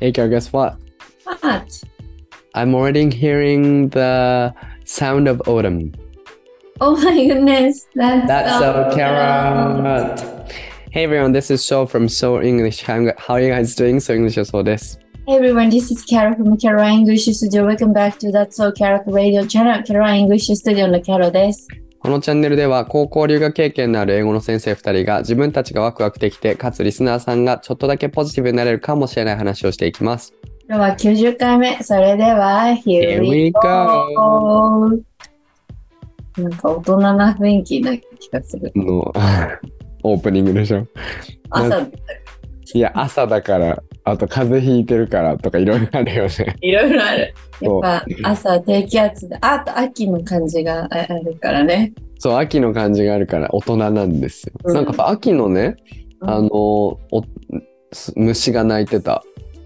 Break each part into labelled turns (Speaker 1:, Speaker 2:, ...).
Speaker 1: Hey, Carol, guess what?
Speaker 2: What?
Speaker 1: I'm already hearing the sound of autumn.
Speaker 2: Oh my goodness. That's,
Speaker 1: That's so carrot. Hey everyone, this is Show from Show English. How how are you guys doing? So English is all this.
Speaker 2: Hey everyone, this is Carol from Carol English Studio. Welcome back to That's So Carol Radio Channel. Carol English Studio の Carol です。
Speaker 1: このチャンネルでは高校留学経験のある英語の先生2人が自分たちがワクワクできて、かつリスナーさんがちょっとだけポジティブになれるかもしれない話をしていきます。
Speaker 2: 今日は90回目。それでは、Here
Speaker 1: Here
Speaker 2: we
Speaker 1: we
Speaker 2: go! なんか大人な雰囲気な気がする。
Speaker 1: の オープニングでしょ。
Speaker 2: 朝、
Speaker 1: いや、朝だから、あと風邪ひいてるからとかいろいろあるよね。
Speaker 2: いろいろある。や
Speaker 1: そ
Speaker 2: っ
Speaker 1: う
Speaker 2: ぱ朝、低気圧で、あと秋の感じがああるからね。
Speaker 1: そう、秋の感じがあるから大人なんですよ。
Speaker 2: うん
Speaker 1: なんかさ秋のね、あの、おす虫が鳴いてた。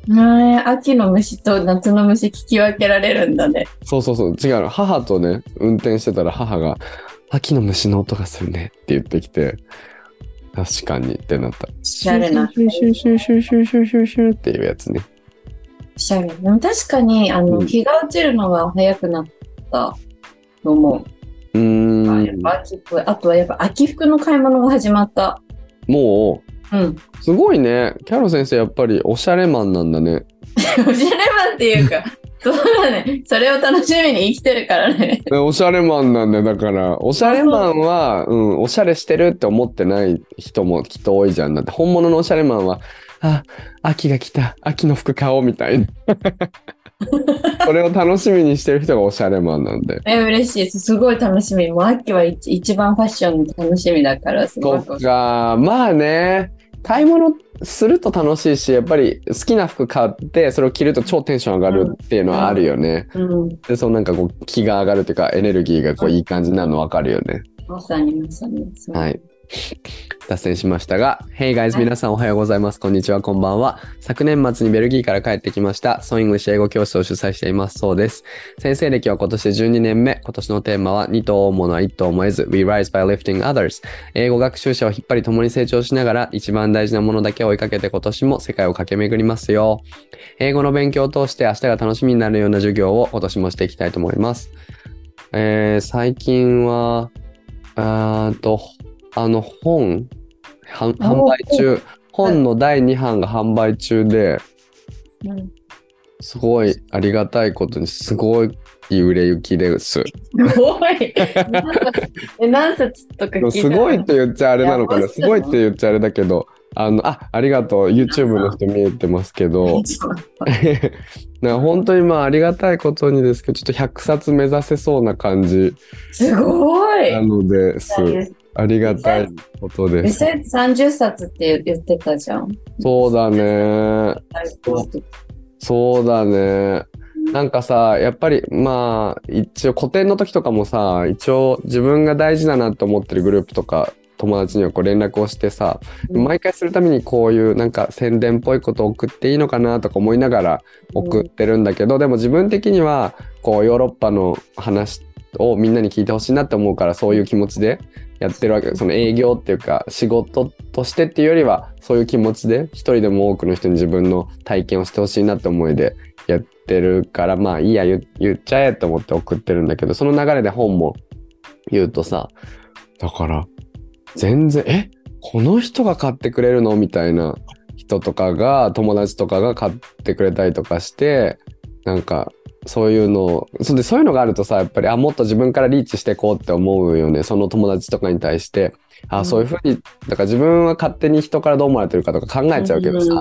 Speaker 2: ねえ秋の虫と夏の虫聞き分けられるんだね。
Speaker 1: そうそうそう、違うの。母とね、運転してたら母が、秋の虫の音がするねって言ってきて、確かにってなった。シ
Speaker 2: ゃれな
Speaker 1: ュシュシュシュシュシュシュシュシュっていうやつね。
Speaker 2: しゃべるでも確かにあの、
Speaker 1: うん
Speaker 2: 日が落ちるのが早くなったのも、
Speaker 1: うー
Speaker 2: やっ
Speaker 1: ん。
Speaker 2: ぱ秋っぽいあとはやっぱ秋服の買い物が始まった。
Speaker 1: も
Speaker 2: うん。
Speaker 1: う、すごいね。キャロ先生、やっぱりおしゃれマンなんだね。
Speaker 2: おしゃれマンっていうか、 そうだね。それを楽しみに生きてるからね。
Speaker 1: ね おしゃれマンなんだよだからおしゃれマンはうんおしゃれしてるって思ってない人もきっと多いじゃんだって本物のおしゃれマンはあ秋が来た秋の服買おうみた いなそれを楽しみにしてる人がおしゃれマンなんで
Speaker 2: え、嬉しいです。すごい楽しみ。もう秋は一一番ファッションの楽しみだから、す
Speaker 1: そ
Speaker 2: ご
Speaker 1: っ
Speaker 2: く。
Speaker 1: かまあね買い物すると楽しいしやっぱり好きな服買ってそれを着ると超テンション上がるっていうのはあるよね、
Speaker 2: うん。
Speaker 1: でそのなんかこう気が上がるというかエネルギーがこういい感じになるの分かるよね
Speaker 2: まさにまさに。そう
Speaker 1: はい。脱線しましたが、Hey guys、
Speaker 2: はい
Speaker 1: 皆さんおはようございます。こんにちは、こんばんは。昨年末にベルギーから帰ってきました、ソイングリッシュ英語教室を主催しています。そうです。先生歴は今年で12年目。今年のテーマは、二頭をものは一頭を燃えず、We Rise by Lifting Others。英語学習者を引っ張り共に成長しながら、一番大事なものだけを追いかけて今年も世界を駆け巡りますよ。英語の勉強を通して明日が楽しみになるような授業を今年もしていきたいと思います。えー最近は、あーっと、あの本、はん販売中、本の第2版が販売中で、
Speaker 2: うん
Speaker 1: すごいありがたいことに、すごい売れ行きです。
Speaker 2: すごい。 なんかえ何冊とか聞いた
Speaker 1: すごいって言っちゃあれなのか
Speaker 2: いや
Speaker 1: な、すごいって言っちゃあれだけど、あの、あ、ありがとう、YouTube の人見えてますけど、 なんか本当にまあありがたいことにですけど、ちょっと100冊目指せそうな感じ
Speaker 2: すごい
Speaker 1: なのです。ありがたいことで
Speaker 2: 実
Speaker 1: す。
Speaker 2: 際30冊って言ってたじゃん。
Speaker 1: そうだね。そうだね。なんかさ、やっぱりまあ、一応古典の時とかもさ、一応自分が大事だなと思ってるグループとか、友達にはこう連絡をしてさ、
Speaker 2: うん
Speaker 1: 毎回するためにこういうなんか宣伝っぽいことを送っていいのかなとか思いながら送ってるんだけど、でも自分的にはこうヨーロッパの話をみんなに聞いてほしいなって思うからそういう気持ちでやってるわけその営業っていうか仕事としてっていうよりはそういう気持ちで一人でも多くの人に自分の体験をしてほしいなって思いでやってるからまあいいや言言っちゃえと思って送ってるんだけどその流れで本も言うとさだから全然えこの人が買ってくれるのみたいな人とかが友達とかが買ってくれたりとかしてなんかそういうのをそんでそういうのがあるとさやっぱりあもっと自分からリーチしていこうって思うよねその友達とかに対してあ、
Speaker 2: うん
Speaker 1: そういうふうにだから自分は勝手に人からどう思われてるかとか考えちゃうけどさ、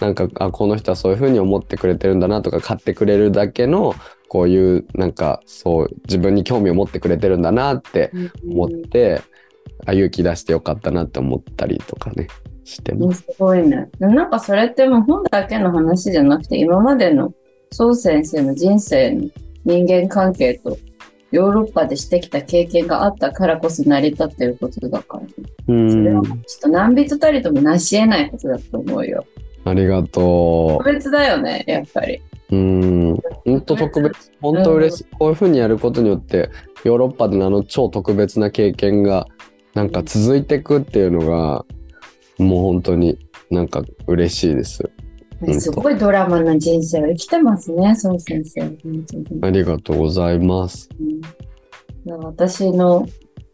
Speaker 1: なんかあこの人はそういうふうに思ってくれてるんだなとか買ってくれるだけのこういうなんかそう自分に興味を持ってくれてるんだなって思って、あ勇気出してよかったなって思ったりとかねしてま
Speaker 2: うん
Speaker 1: す。
Speaker 2: すごいね。なんかそれってもう本だけの話じゃなくて、今までの宋先生の人生の人間関係とヨーロッパでしてきた経験があったからこそ成り立ってることだからね、
Speaker 1: うん
Speaker 2: それはちょっと何人たりともなし得ないことだと思うよ。
Speaker 1: ありがと
Speaker 2: 特別だよね、やっぱり。
Speaker 1: う。うん本当特別本当嬉しい、こういうふうにやることによってヨーロッパでのあの超特別な経験がなんか続いていくっていうのがもう本当になんか嬉しいです。うんと
Speaker 2: すごいドラマの人生を生きてますね、そう先生。本当に
Speaker 1: ありがとうございます。
Speaker 2: うん私の、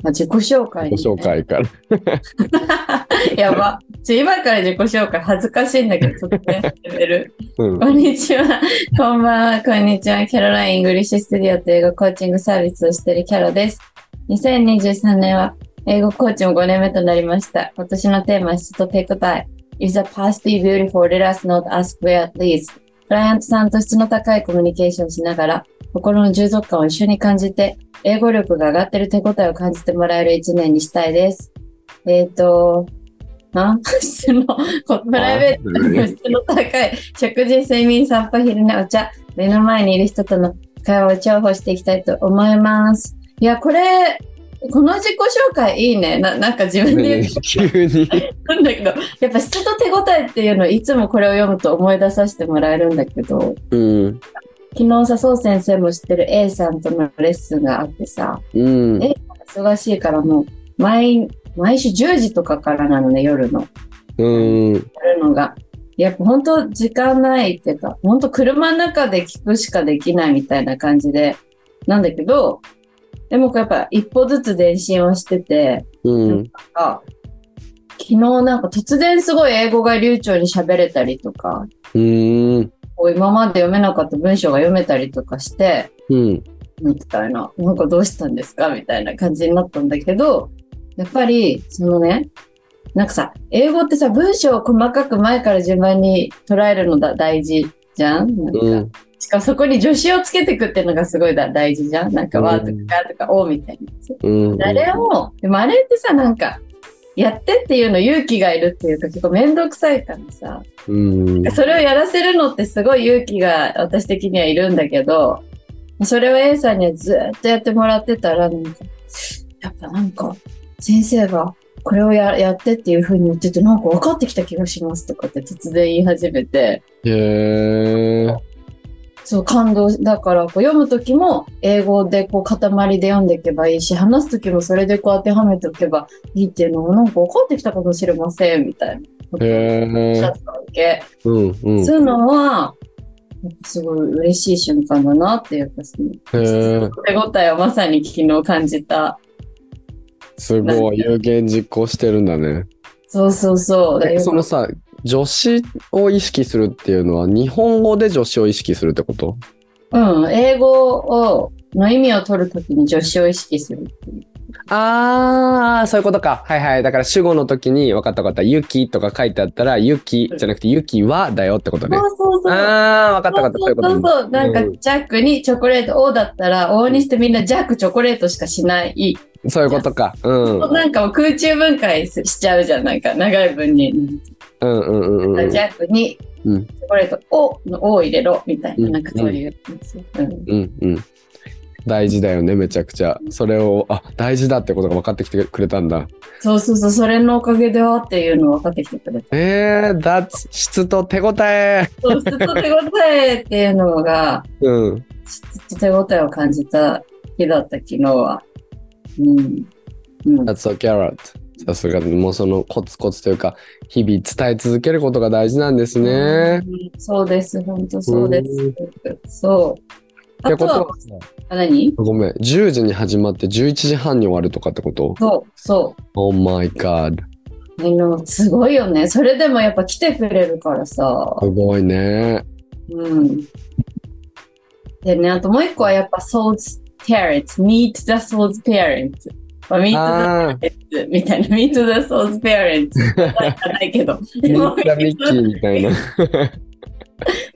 Speaker 2: まあ、自己紹介、
Speaker 1: ご紹。介から。
Speaker 2: やば。ちょ今から自己紹介恥ずかしいんだけど、突然始める。
Speaker 1: うん
Speaker 2: こんにちは。こんばんは。こんにちは。キャロライン・イングリッシュ・スタディオという英語コーチングサービスをしているキャロです。2023年は英語コーチも5年目となりました。今年のテーマは質と手応え。If the past be beautiful, let us not ask where, please. クライアントさんと質の高いコミュニケーションをしながら、心の充足感を一緒に感じて、英語力が上がってる手応えを感じてもらえる一年にしたいです。えっ、ー、と、な 質の、こプライベート質の高い食事、睡眠、散歩、昼寝、お茶、目の前にいる人との会話を重宝していきたいと思います。いや、これ、この自己紹介いいね。ななんか自分で言
Speaker 1: 急に。
Speaker 2: うんだけど、やっぱ質と手応えっていうのをいつもこれを読むと思い出させてもらえるんだけど、
Speaker 1: うん。
Speaker 2: 昨日さ、そう先生も知ってる A さんとのレッスンがあってさ、
Speaker 1: うん。
Speaker 2: え忙しいからもう毎、毎週10時とかからなのね、夜の。
Speaker 1: うん。
Speaker 2: やるのが。やっぱ本当時間ないっていうか、本当車の中で聞くしかできないみたいな感じで、なんだけど、でもこうやっぱ一歩ずつ前進をしてて、
Speaker 1: うん。
Speaker 2: あ昨日なんか突然すごい英語が流暢に喋れたりとか、
Speaker 1: うん。
Speaker 2: こう今まで読めなかった文章が読めたりとかして、
Speaker 1: うん。
Speaker 2: みたいな、なんかどうしたんですかみたいな感じになったんだけど、やっぱり、そのね、なんかさ、英語ってさ、文章を細かく前から順番に捉えるのだ大事じゃんなんか、
Speaker 1: うん。
Speaker 2: しかもそこに助詞をつけてくっていうのがすごいだ大事じゃんなんか、
Speaker 1: うん
Speaker 2: わーとかがとか、おーみたいなやつ。
Speaker 1: うん。
Speaker 2: あれを、でもあれってさ、なんか、やってっていうの勇気がいるっていうか、結構めんどくさいからさ、
Speaker 1: うん。
Speaker 2: それをやらせるのってすごい勇気が私的にはいるんだけど、それを A さんにはずっとやってもらってたら、なんかやっぱなんか、先生がこれをややってっていう風に言ってて、なんか分かってきた気がしますとかって突然言い始めて、
Speaker 1: へー
Speaker 2: そう感動、だからこう読む時も英語でこう塊で読んでいけばいいし、話す時もそれでこう当てはめておけばいいっていうのもなんか分かってきたかもしれませんみたいなことを
Speaker 1: へ
Speaker 2: おっし
Speaker 1: ー
Speaker 2: ゃったわけ。
Speaker 1: うん。うん。
Speaker 2: そういうのは、すごい嬉しい瞬間だなっていうか、その
Speaker 1: へー
Speaker 2: 手応えをまさに昨日感じた。
Speaker 1: すごい。有言実行してるんだね。
Speaker 2: そうそうそう。だから
Speaker 1: えそのさ、助詞を意識するっていうのは、日本語で助詞を意識するってこと
Speaker 2: うん、英語を、の意味を取るときに助詞を意識するっていう。
Speaker 1: ああ、そういうことか。はいはい。だから主語の時に、分かった分かった。雪とか書いてあったら、雪じゃなくて、雪はだよってことね
Speaker 2: そ。うそうそう。
Speaker 1: ああ、分かった分かった。そう
Speaker 2: そ
Speaker 1: いううこ
Speaker 2: そう
Speaker 1: とね。
Speaker 2: そう。なんか、
Speaker 1: うん
Speaker 2: ジャックにチョコレート、O だったら、O にしてみんなジャックチョコレートしかしない。
Speaker 1: そういうことか。うん。うん
Speaker 2: なんかもう空中分解しちゃうじゃん。なんか、長い分に。
Speaker 1: うんうんうん。
Speaker 2: ジャックに、チ
Speaker 1: うん
Speaker 2: ョコレート、O の O を入れろ、みたいな。なんかそういう。うん
Speaker 1: うんうん。大事だよね、めちゃくちゃ。それを、あ、大事だってことが分かってきてくれたんだ。
Speaker 2: そうそうそう、それのおかげではっていうのを分かってきてくれた。
Speaker 1: えー、だ質と手応え。
Speaker 2: そう、質と手応えっていうのが、
Speaker 1: うん。
Speaker 2: 質と手応えを感じた日だった、昨日は。うん。うん、
Speaker 1: That's a carrot. さすが、もうそのコツコツというか、日々伝え続けることが大事なんですね。
Speaker 2: うんそうです、本当そうです。そう。
Speaker 1: っ
Speaker 2: あ
Speaker 1: てこ
Speaker 2: と
Speaker 1: とは
Speaker 2: は、、あ何
Speaker 1: ごめん、10時に始まって11時半に終わるとかってこと
Speaker 2: そう、そ
Speaker 1: ?Oh my god.
Speaker 2: う。あの、すごいよね。それでもやっぱ来てくれるからさ。
Speaker 1: すごい ね。
Speaker 2: うん。でね、あともう一個はやっぱ Soul's Parents, Meet the Soul's Parents. まあ Meet the
Speaker 1: ああ、
Speaker 2: みたいな、ミート・ザ・ソース・ペアレンツじゃないけど、
Speaker 1: ミッキーミッキーみたいな。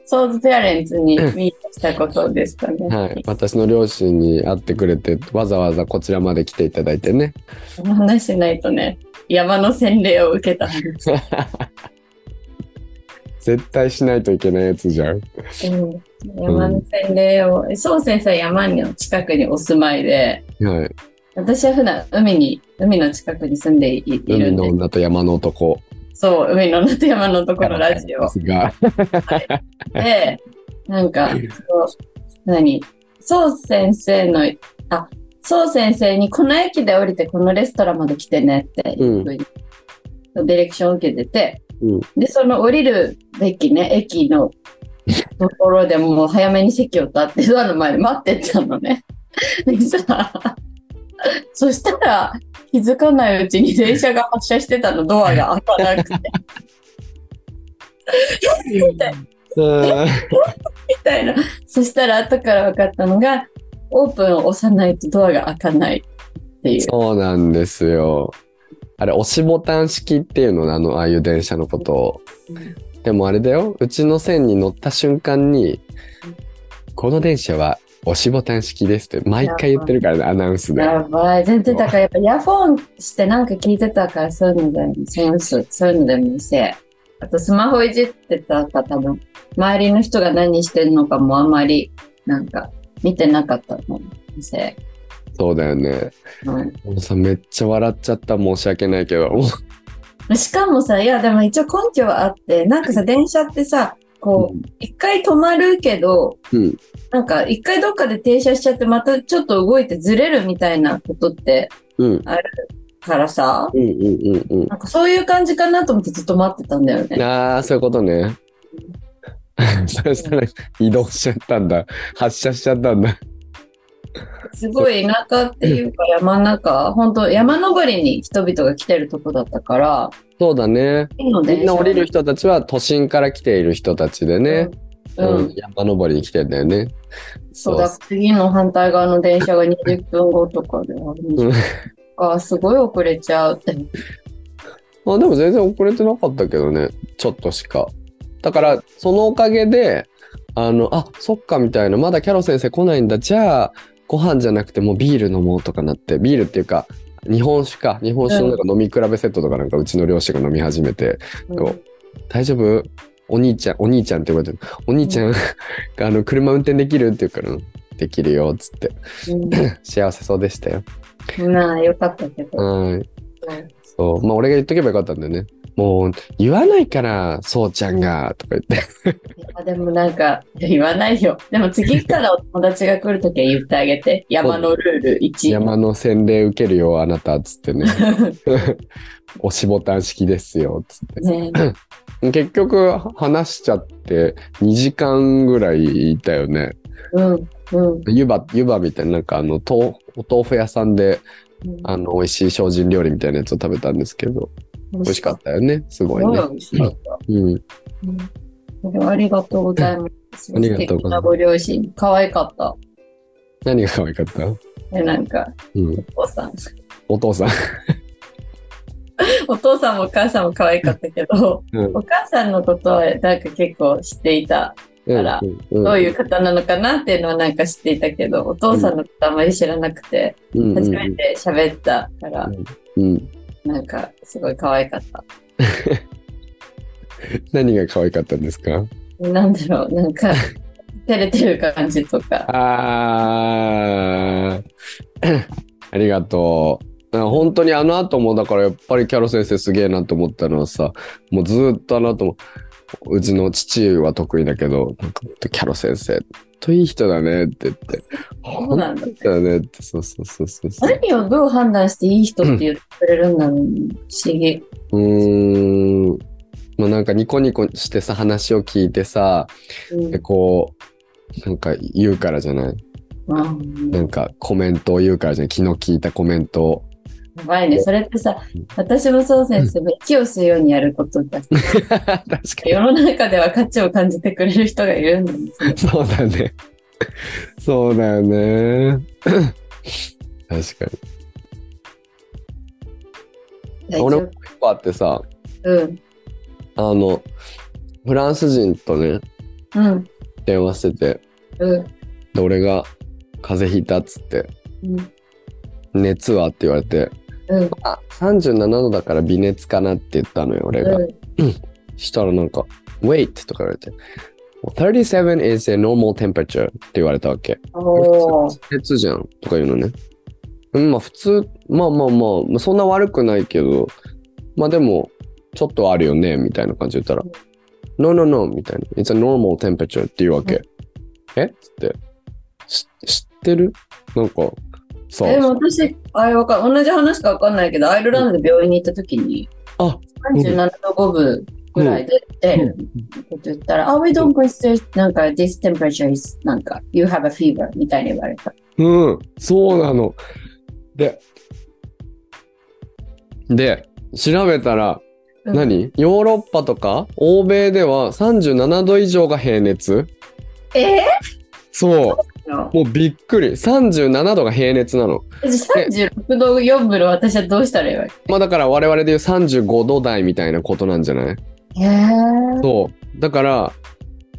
Speaker 2: ソース・ペアレンツにミートしたことですかね。
Speaker 1: はい。私の両親に会ってくれて、わざわざこちらまで来ていただいて ね。
Speaker 2: その話しないとね、山の洗礼を受けた話。
Speaker 1: 絶対しないといけないやつじゃん。
Speaker 2: うん山の洗礼を、ソー先生は山の近くにお住まいで、
Speaker 1: はい。
Speaker 2: 私は普段海に、海の近くに住んでいいる
Speaker 1: 海
Speaker 2: ん
Speaker 1: の
Speaker 2: で、
Speaker 1: 女と山の男。
Speaker 2: そう、海の女と山のところラジオ
Speaker 1: ですが。
Speaker 2: で、なんか、そう、何そう先生の、あ、そう先生にこの駅で降りてこのレストランまで来てねって、
Speaker 1: うん
Speaker 2: ディレクションを受けてて、
Speaker 1: うん
Speaker 2: で、その降りるべきね、駅のところでもう早めに席を立って、ドアの前で待ってたのね。でさ、そしたら気づかないうちに電車が発車してたの、ドアが開かなくて、みたいな。そしたら後から分かったのが、オープンを押さないとドアが開かないっていう。
Speaker 1: そうなんですよ。あれ、押しボタン式っていうのねあの、ああいう電車のことを。でもあれだよ、うちの線に乗った瞬間に、この電車は押しボタン式ですって毎回言ってるからね、アナウンスで。
Speaker 2: やばい、全然だからやっぱイヤフォンしてなんか聞いてたからそういうのでもセンス、そういうのでもせ。あとスマホいじってたから多分、周りの人が何してるのかもあんまりなんか見てなかったのせ。
Speaker 1: そうだよね。
Speaker 2: う
Speaker 1: もうさ、めっちゃ笑っちゃった。申し訳ないけど。
Speaker 2: ん、しかもさ、いやでも一応根拠はあって、なんかさ、電車ってさ、こう、一回止まるけど、
Speaker 1: うん
Speaker 2: なんか一回どっかで停車しちゃってまたちょっと動いてずれるみたいなことって
Speaker 1: うん。
Speaker 2: からさ、
Speaker 1: うんうんうんう
Speaker 2: なんかそういう感じかなと思ってずっと待ってたんだよね
Speaker 1: ん。。ああ、そういうことね。 そしたら移動しちゃったんだ。発車しちゃったんだ。
Speaker 2: すごい田舎っていうか山の中、本当山登りに人々が来てるとこだったから、
Speaker 1: そうだね。
Speaker 2: いいので
Speaker 1: みんな降りる人たちは都心から来ている人たちでね。
Speaker 2: うん、うん
Speaker 1: 山登りに来てんだよね。
Speaker 2: そうだ、次の反対側の電車が20分後とかであるんで
Speaker 1: うん
Speaker 2: しょ。あ、すごい遅れちゃうって。
Speaker 1: あでも全然遅れてなかったけどねちょっとしかだからそのおかげであのあそっかみたいなまだキャロ先生来ないんだじゃあご飯じゃなくてもうビール飲もうとかなってビールっていうか日本酒か日本酒のなんか飲み比べセットとかなんかうちの両親が飲み始めてそう「大丈夫お兄ちゃんお兄ちゃん」って言われて「お兄ちゃん、 あの車運転できる?」って言うからうん「できるよ」っつって幸せそうでしたよ
Speaker 2: うん、まあ、よかったけど。
Speaker 1: はい
Speaker 2: うん
Speaker 1: そう。まあ、俺が言っとけばよかったんだよね。もう、言わないから、そうちゃんが、とか言って。
Speaker 2: いやでもなんか、言わないよ。でも次からお友達が来るときは言ってあげて。山のルール1。
Speaker 1: 山の洗礼受けるよ、あなた、つってね。 押しボタン式ですよ、つっ
Speaker 2: ね、
Speaker 1: て。結局、話しちゃって、2時間ぐらいいたよね。
Speaker 2: うん、うん。
Speaker 1: 湯葉、湯葉みたいな、なんかあの、とお豆腐屋さんで、あの、美味しい精進料理みたいなやつを食べたんですけど、
Speaker 2: 美
Speaker 1: 美味しかったよね。すごいね。
Speaker 2: 美味しかった。
Speaker 1: うん。
Speaker 2: ありがとうございます。
Speaker 1: ありがとう
Speaker 2: 素敵
Speaker 1: ございます
Speaker 2: なご両親、可愛かった。
Speaker 1: 何が可愛かった
Speaker 2: で、なんか、
Speaker 1: うん。
Speaker 2: お父さん、
Speaker 1: お父さん。
Speaker 2: お父さんもお母さんも可愛かったけど、
Speaker 1: うん
Speaker 2: お母さんのことはなんか結構知っていた。ら
Speaker 1: うんうん
Speaker 2: どういう方なのかなっていうのはなんか知っていたけど、お父さんのことあまり知らなくて、
Speaker 1: うんうん
Speaker 2: 初めて喋ったから、
Speaker 1: うん。
Speaker 2: なんかすごい可愛かった。
Speaker 1: 何が可愛かったんですか
Speaker 2: なんだろう、なんか、 照れてる感じとか。
Speaker 1: あー ありがとう。本当にあの後もだからやっぱりキャロ先生すげえなと思ったのはさもうずーっとあの後もうちの父は得意だけどなんかキャロ先生ほんといい人だねって言って
Speaker 2: そうなん
Speaker 1: ほ
Speaker 2: だ
Speaker 1: といい人だねってそうそうそうそうそう
Speaker 2: 何をどう判断していい人って言ってくれるんだろう、不思議。
Speaker 1: うーんまあなんかニコニコしてさ話を聞いてさ
Speaker 2: うん
Speaker 1: でこうなんか言うからじゃない
Speaker 2: うん
Speaker 1: なんかコメントを言うからじゃん昨日聞いたコメントを。
Speaker 2: やばいね。それってさ、私もそう先生も息を吸うようにやることだ。
Speaker 1: 確か
Speaker 2: 世の中では価値を感じてくれる人がいるんだもんそれ
Speaker 1: に。そうだね。そうだよね。確かに。
Speaker 2: 大丈夫
Speaker 1: 俺も結構あってさ、
Speaker 2: うん。
Speaker 1: あの、フランス人とね、
Speaker 2: うん。
Speaker 1: 電話してて、
Speaker 2: うん。
Speaker 1: で、俺が風邪ひいたっつって、
Speaker 2: うん。
Speaker 1: 熱はって言われて、
Speaker 2: うん。
Speaker 1: あ、37度だから微熱かなって言ったのよ、俺が。
Speaker 2: うん
Speaker 1: したらなんか、wait とか言われて、37 is a normal temperature って言われたわけ。
Speaker 2: おー。
Speaker 1: 熱じゃんとか言うのね。うんまあ普通、まあまあまあ、そんな悪くないけど、まあでも、ちょっとあるよね、みたいな感じで言ったら、No, no, no, みたいな。It's a normal temperature って言うわけ。えっつって、し知ってるなんか、さ、
Speaker 2: でも私、あれわかん同じ話かわかんないけど、アイルランドで病院に行った時に、
Speaker 1: あ
Speaker 2: 37度5分ぐらいで、で、
Speaker 3: うん
Speaker 2: こと言ったら、あ、we don't consider なんか this temperature is なんか you have a fever みたいに言われた。
Speaker 1: うん、そうなの。で、で、調べたら、
Speaker 2: うん
Speaker 1: 何ヨーロッパとか欧米では37度以上が平熱
Speaker 2: え
Speaker 1: そ
Speaker 2: ー、の
Speaker 1: う。もうびっくり。37度が平熱なの。
Speaker 2: ?36 度4分の私はどうしたらいいわけ
Speaker 1: まあだから我々で言う35度台みたいなことなんじゃない
Speaker 2: へー
Speaker 1: そう。だから、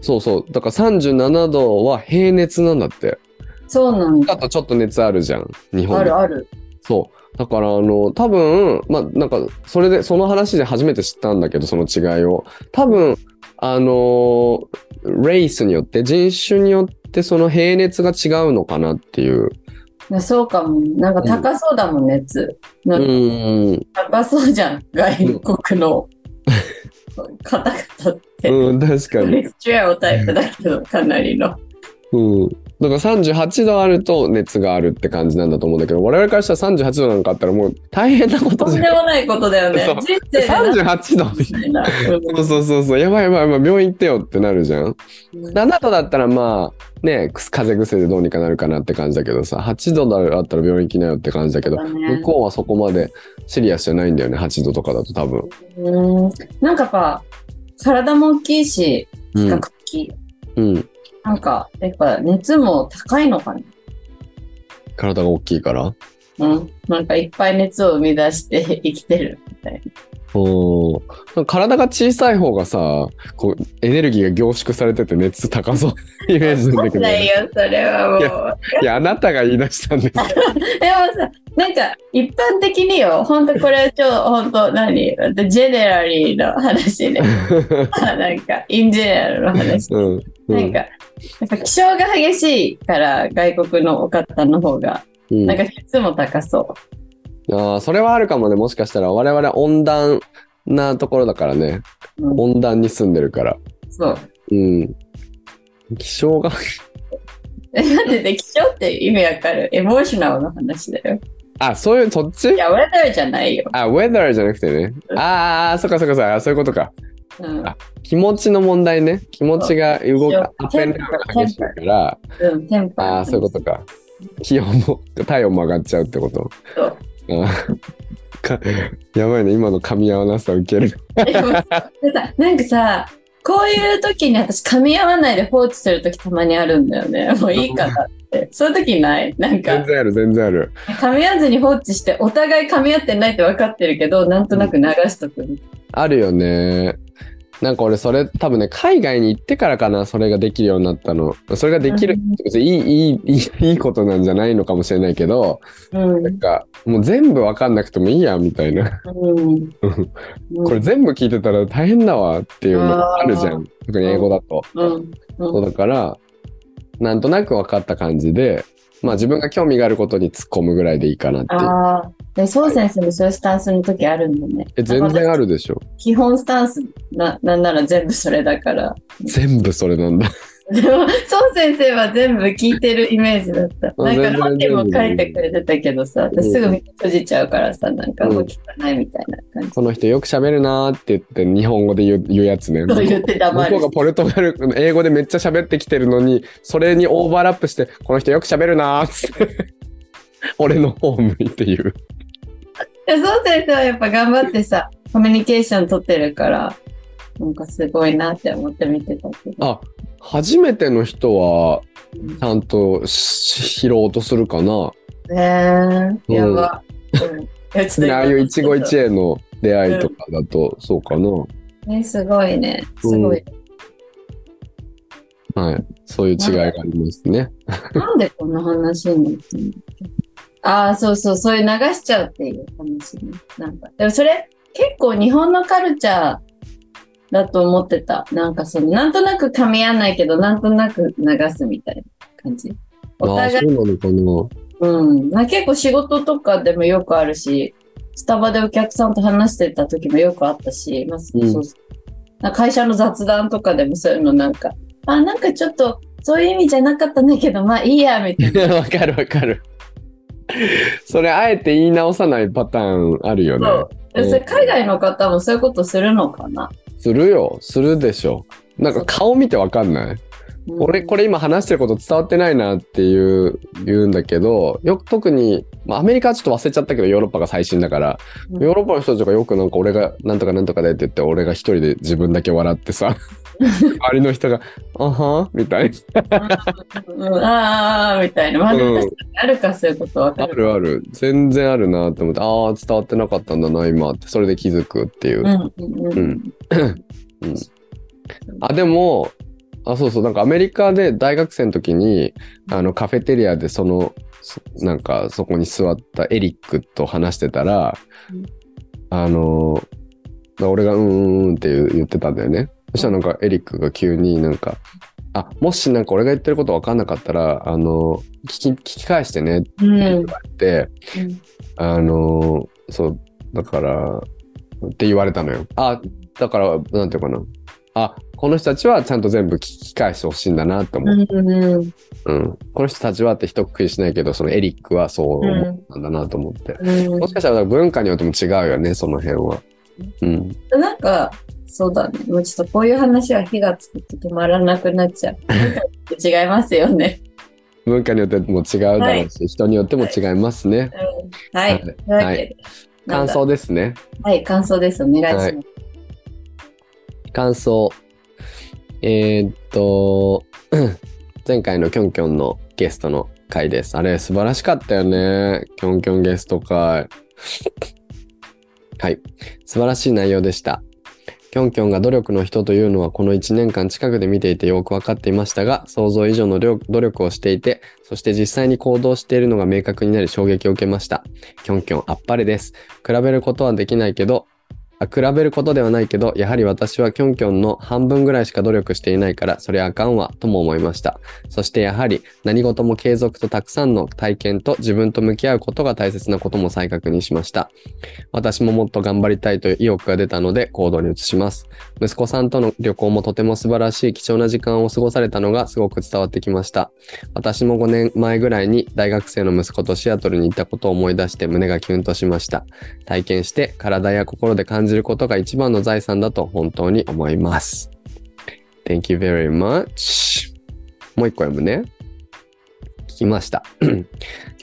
Speaker 1: そうそう。だから37度は平熱なんだって。
Speaker 2: そうなん
Speaker 1: だ
Speaker 2: だ。
Speaker 1: とちょっと熱あるじゃん。日本
Speaker 2: あ
Speaker 1: で
Speaker 2: るある。
Speaker 1: そう。だから、あの、多分、まあ、なんか、それで、その話で初めて知ったんだけど、その違いを。多分、あのーレースによって、人種によって、その平熱が違うのかなっていう。
Speaker 2: そうかも。なんか高そうだもん、熱。
Speaker 1: う
Speaker 2: なんか
Speaker 1: ーん。
Speaker 2: 高そうじゃん、外国の方々って。
Speaker 1: うん、確かに。
Speaker 2: スチュアオタイプだけど、かなりの。
Speaker 1: うん。だから38度あると熱があるって感じなんだと思うんだけど、我々からしたら38度なんかあったらもう大変なこと
Speaker 2: と
Speaker 1: じ
Speaker 2: ん
Speaker 1: ゃ
Speaker 2: で
Speaker 1: ん。
Speaker 2: もないことだよね
Speaker 1: そう。
Speaker 2: 人生でなんか
Speaker 1: 38度
Speaker 2: みたいな。
Speaker 1: そうそうそうそう、やばいやばいやばい、病院行ってよってなるじゃん。
Speaker 2: うん
Speaker 1: 7度だったらまあねくす風邪癖でどうにかなるかなって感じだけどさ8度だったら病院行きなよって感じだけど
Speaker 2: そうだね
Speaker 1: 向こうはそこまでシリアスじゃないんだよね8度とかだと多分、
Speaker 2: うんなんかさ、体も大きいし、
Speaker 1: う
Speaker 2: 比較
Speaker 1: ん
Speaker 2: 的。
Speaker 1: うん、
Speaker 2: なんか、やっぱ熱も高いのかな。
Speaker 1: 体が大きいから
Speaker 2: うん。なんかいっぱい熱を生み出して生きてるみたい
Speaker 1: お体が小さい方がさこうエネルギーが凝縮されてて熱高 そうイメージなんだけ
Speaker 2: な。
Speaker 1: ど、
Speaker 2: ない
Speaker 1: ね、
Speaker 2: よ、それはも。
Speaker 1: いういやあなたが言い出したんです
Speaker 2: でもさ、なんか一般的によ、本当これちょ、本当何、ジェネラリーの 話ね、なんかインジェネラルの話、
Speaker 1: うんう
Speaker 2: なん
Speaker 1: ん
Speaker 2: か。やっぱ気象が激しいから外国のお方の方が
Speaker 1: うん
Speaker 2: なんか質も高そ
Speaker 1: あーそれはあるかもねもしかしたら我々温暖なところだからね
Speaker 2: う、うん、
Speaker 1: 温暖に住んでるから
Speaker 2: そう
Speaker 1: うん。気象が。
Speaker 2: えなんでね気象って意味わかるエモーショナルの話だよ
Speaker 1: あ、そういう、そっち
Speaker 2: いや俺だよじゃないよ、
Speaker 1: あ、weather じゃなくてね。あーあー、そっかそっかそっか、そういうことか。
Speaker 2: うん
Speaker 1: あ気持ちの問題ね。気持ちが動
Speaker 2: そう
Speaker 1: く、アップエンダウンが激しいから、
Speaker 2: うん、テンポ
Speaker 1: ああ、そういうことか。気温も、体温も上がっちゃうってこと。
Speaker 2: そう
Speaker 1: あーかやばいね、今の噛み合わなさ受ける。
Speaker 2: でもさなんかさ、こういう時に私噛み合わないで放置する時たまにあるんだよね。もういいかなって。そういう時ないなん
Speaker 1: 全
Speaker 2: か、
Speaker 1: 然ある、全然ある。
Speaker 2: 噛み合わずに放置して、お互い噛み合ってないって分かってるけど、なんとなく流しとく。
Speaker 1: あるよね。なんか俺それ多分ね海外に行ってからかなそれができるようになったのそれができる、
Speaker 2: うん
Speaker 1: 別にいいいいいいいい ことなんじゃないのかもしれないけど
Speaker 2: うん。
Speaker 1: なんかもう全部わかんなくてもいいやみたいな
Speaker 2: うん。
Speaker 1: これ全部聞いてたら大変だわっていうのあるじゃ
Speaker 2: あ
Speaker 1: ん特に英語だと、
Speaker 2: うん。
Speaker 1: そうだからなんとなく分かった感じでまあ自分が興味があることに突っ込むぐらいでいいかなっていう
Speaker 2: ああ。で、そう先生もそういうスタンスの時あるんだね。
Speaker 1: え全然あるでしょ
Speaker 2: 基本スタンスな、なんなら全部それだから。
Speaker 1: 全部それなんだ
Speaker 2: でも、そう先生は全部聞いてるイメージだった。
Speaker 1: あ
Speaker 2: なん
Speaker 1: 全然
Speaker 2: か本人も書いてくれてたけどさ、
Speaker 1: 全然
Speaker 2: 私すぐ目閉じちゃうからさ、なんかもう聞かないみたいな感じ。
Speaker 1: この人よく喋るなーって言って日本語で言う言うやつね。
Speaker 2: そう言って
Speaker 1: 向
Speaker 2: 黙
Speaker 1: こ
Speaker 2: る
Speaker 1: う。がポルトガル英語でめっちゃ喋ってきてるのにそれにオーバーラップしてこの人よく喋るなーっつって 俺の方向いて言う
Speaker 2: でそう先生はやっぱ頑張ってさ、コミュニケーション取ってるから、なんかすごいなって思って見てたけど。
Speaker 1: あ初めての人は
Speaker 2: うん
Speaker 1: ちゃんとし拾おうとするかな
Speaker 2: ねえ、やば。 うんいやちょっと
Speaker 1: ああいう一期一会の出会いとかだとそうかな、
Speaker 2: ね、すごいね。すごい。
Speaker 1: はいそういう違いがありますね
Speaker 2: なんでこんな話になってんだっけああ、そうそう、そういう流しちゃうっていう話ね。なんか、でもそれ結構日本のカルチャーだと思ってた。なんかその、なんとなく噛み合わないけど、なんとなく流すみたいな感じ。
Speaker 1: ああ
Speaker 2: お
Speaker 1: ー
Speaker 2: 互い、
Speaker 1: そうなのかな
Speaker 2: うん。まあ、結構仕事とかでもよくあるし、スタバでお客さんと話してた時もよくあったし、まあ、そう
Speaker 1: うん
Speaker 2: そうなんか会社の雑談とかでもそういうのなんか、あ、なんかちょっと、そういう意味じゃなかったんだけど、まあいいや、みたい な。
Speaker 1: わかるわかるそれあえて言い直さないパターンあるよね
Speaker 2: そう。でそれ海外の方もそういうことするのかな
Speaker 1: するよするでしょなんか顔見てわかんない
Speaker 2: うん
Speaker 1: 俺これ今話してること伝わってないなっていう言うんだけどよく特に、まあ、アメリカはちょっと忘れちゃったけどヨーロッパが最新だから
Speaker 2: うん
Speaker 1: ヨーロッパの人たちがよくなんか俺がなんとかなんとかでって言って俺が一人で自分だけ笑って さ周りの人が「あは?」みたいな
Speaker 2: うん、あーあーみたいな。まあ、でも
Speaker 1: うん
Speaker 2: 確かにあるか、そういうことわ
Speaker 1: あ
Speaker 2: かる。
Speaker 1: るある全然あるなって思ってああ伝わってなかったんだな今ってそれで気づくっていう、
Speaker 2: うん、うん、
Speaker 1: う
Speaker 2: うんん。
Speaker 1: あでもあそうそうなんかアメリカで大学生の時にあのカフェテリアでそのそなんかそこに座ったエリックと話してたら、
Speaker 2: うん
Speaker 1: あの俺が「うんうんうん」って言ってたんだよねそしたらなんかエリックが急になんか「あもしなんか俺が言ってること分かんなかったらあの聞き聞き返してね」って
Speaker 2: うん。
Speaker 1: 言われて、
Speaker 2: うん
Speaker 1: あのーそう、だから、って言われたのよ。あ、だから、なんていうかな。あ、この人たちはちゃんと全部聞き返してほしいんだなって思う、
Speaker 2: うん。うん
Speaker 1: うん。この人たちはって一括りしないけど、そのエリックはそう思ったんだなと思って。
Speaker 2: うん
Speaker 1: もしかしたら文化によっても違うよね、その辺は。うん。
Speaker 2: なんか、そうだね。もうちょっとこういう話は火がつくと止まらなくなっ ちゃう。違いますよね。
Speaker 1: 文化によっても違うだろうし、人によっても違いますね。
Speaker 2: はい。
Speaker 1: はい
Speaker 2: というわけでな
Speaker 1: 感
Speaker 2: んだ
Speaker 1: 想ですね。
Speaker 2: はい、感想です。お願いします。
Speaker 1: はい感想。えーっと、前回のキョンキョンのゲストの回です。あれ、素晴らしかったよね。キョンキョンゲスト会。はい。素晴らしい内容でした。キョンキョンが努力の人というのはこの1年間近くで見ていてよく分かっていましたが、想像以上の努努力をしていて、そして実際に行動しているのが明確になり衝撃を受けました。キョンキョンあっぱれです。比べることはできないけど、あ比べることではないけど、やはり私はキョンキョンの半分ぐらいしか努力していないから、それあかんわ、とも思いました。そしてやはり、何事も継続とたくさんの体験と自分と向き合うことが大切なことも再確認しました。私ももっと頑張りたいという意欲が出たので、行動に移します。息子さんとの旅行もとても素晴らしい貴重な時間を過ごされたのがすごく伝わってきました。私も5年前ぐらいに大学生の息子とシアトルに行ったことを思い出して胸がキュンとしました。体験して体や心で感じることが一番の財産だと本当に思います。Thank you very much. もう一個読むね。聞きました。 キ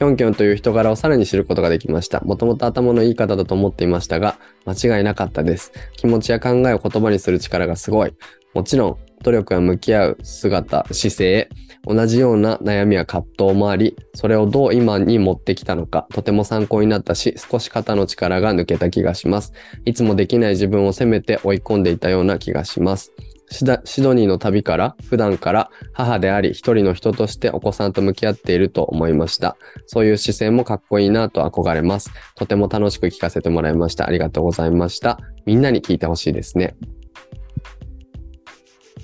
Speaker 1: ョンキョンという人柄をさらに知ることができました。もともと頭のいい方だと思っていましたが、間違いなかったです。気持ちや考えを言葉にする力がすごい。もちろん、努力や向き合う姿、姿勢、同じような悩みや葛藤もありそれをどう今に持ってきたのかとても参考になったし少し肩の力が抜けた気がしますいつもできない自分を責めて追い込んでいたような気がしますシダシドニーの旅から普段から母であり一人の人としてお子さんと向き合っていると思いましたそういう視線もかっこいいなと憧れますとても楽しく聞かせてもらいましたありがとうございましたみんなに聞いてほしいですね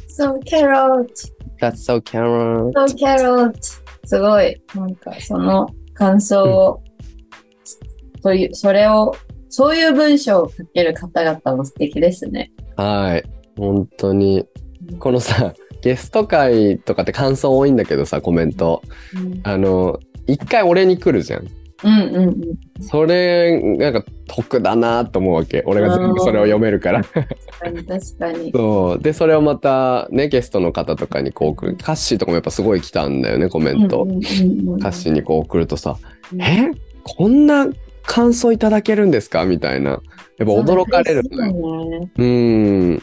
Speaker 2: So carrot,
Speaker 1: That's so Karen
Speaker 2: so carrot. すごい。なんかその感想を、という、それを、そういう文章を書ける方々も素敵ですね。
Speaker 1: はい本当にこのさゲスト会とかって感想多いんだけどさコメント
Speaker 2: うん
Speaker 1: あの一回俺に来るじゃん
Speaker 2: うんうんうん。
Speaker 1: それなんか得だなと思うわけ俺が全部それを読めるから
Speaker 2: 確かに確かに。
Speaker 1: そうでそれをまたねゲストの方とかにこう送るカッシーとかもやっぱすごい来たんだよねコメント、カッシーにこう送るとさ「えこんな感想いただけるんですか?」みたいなやっぱ驚かれるのよ
Speaker 2: のね。
Speaker 1: うん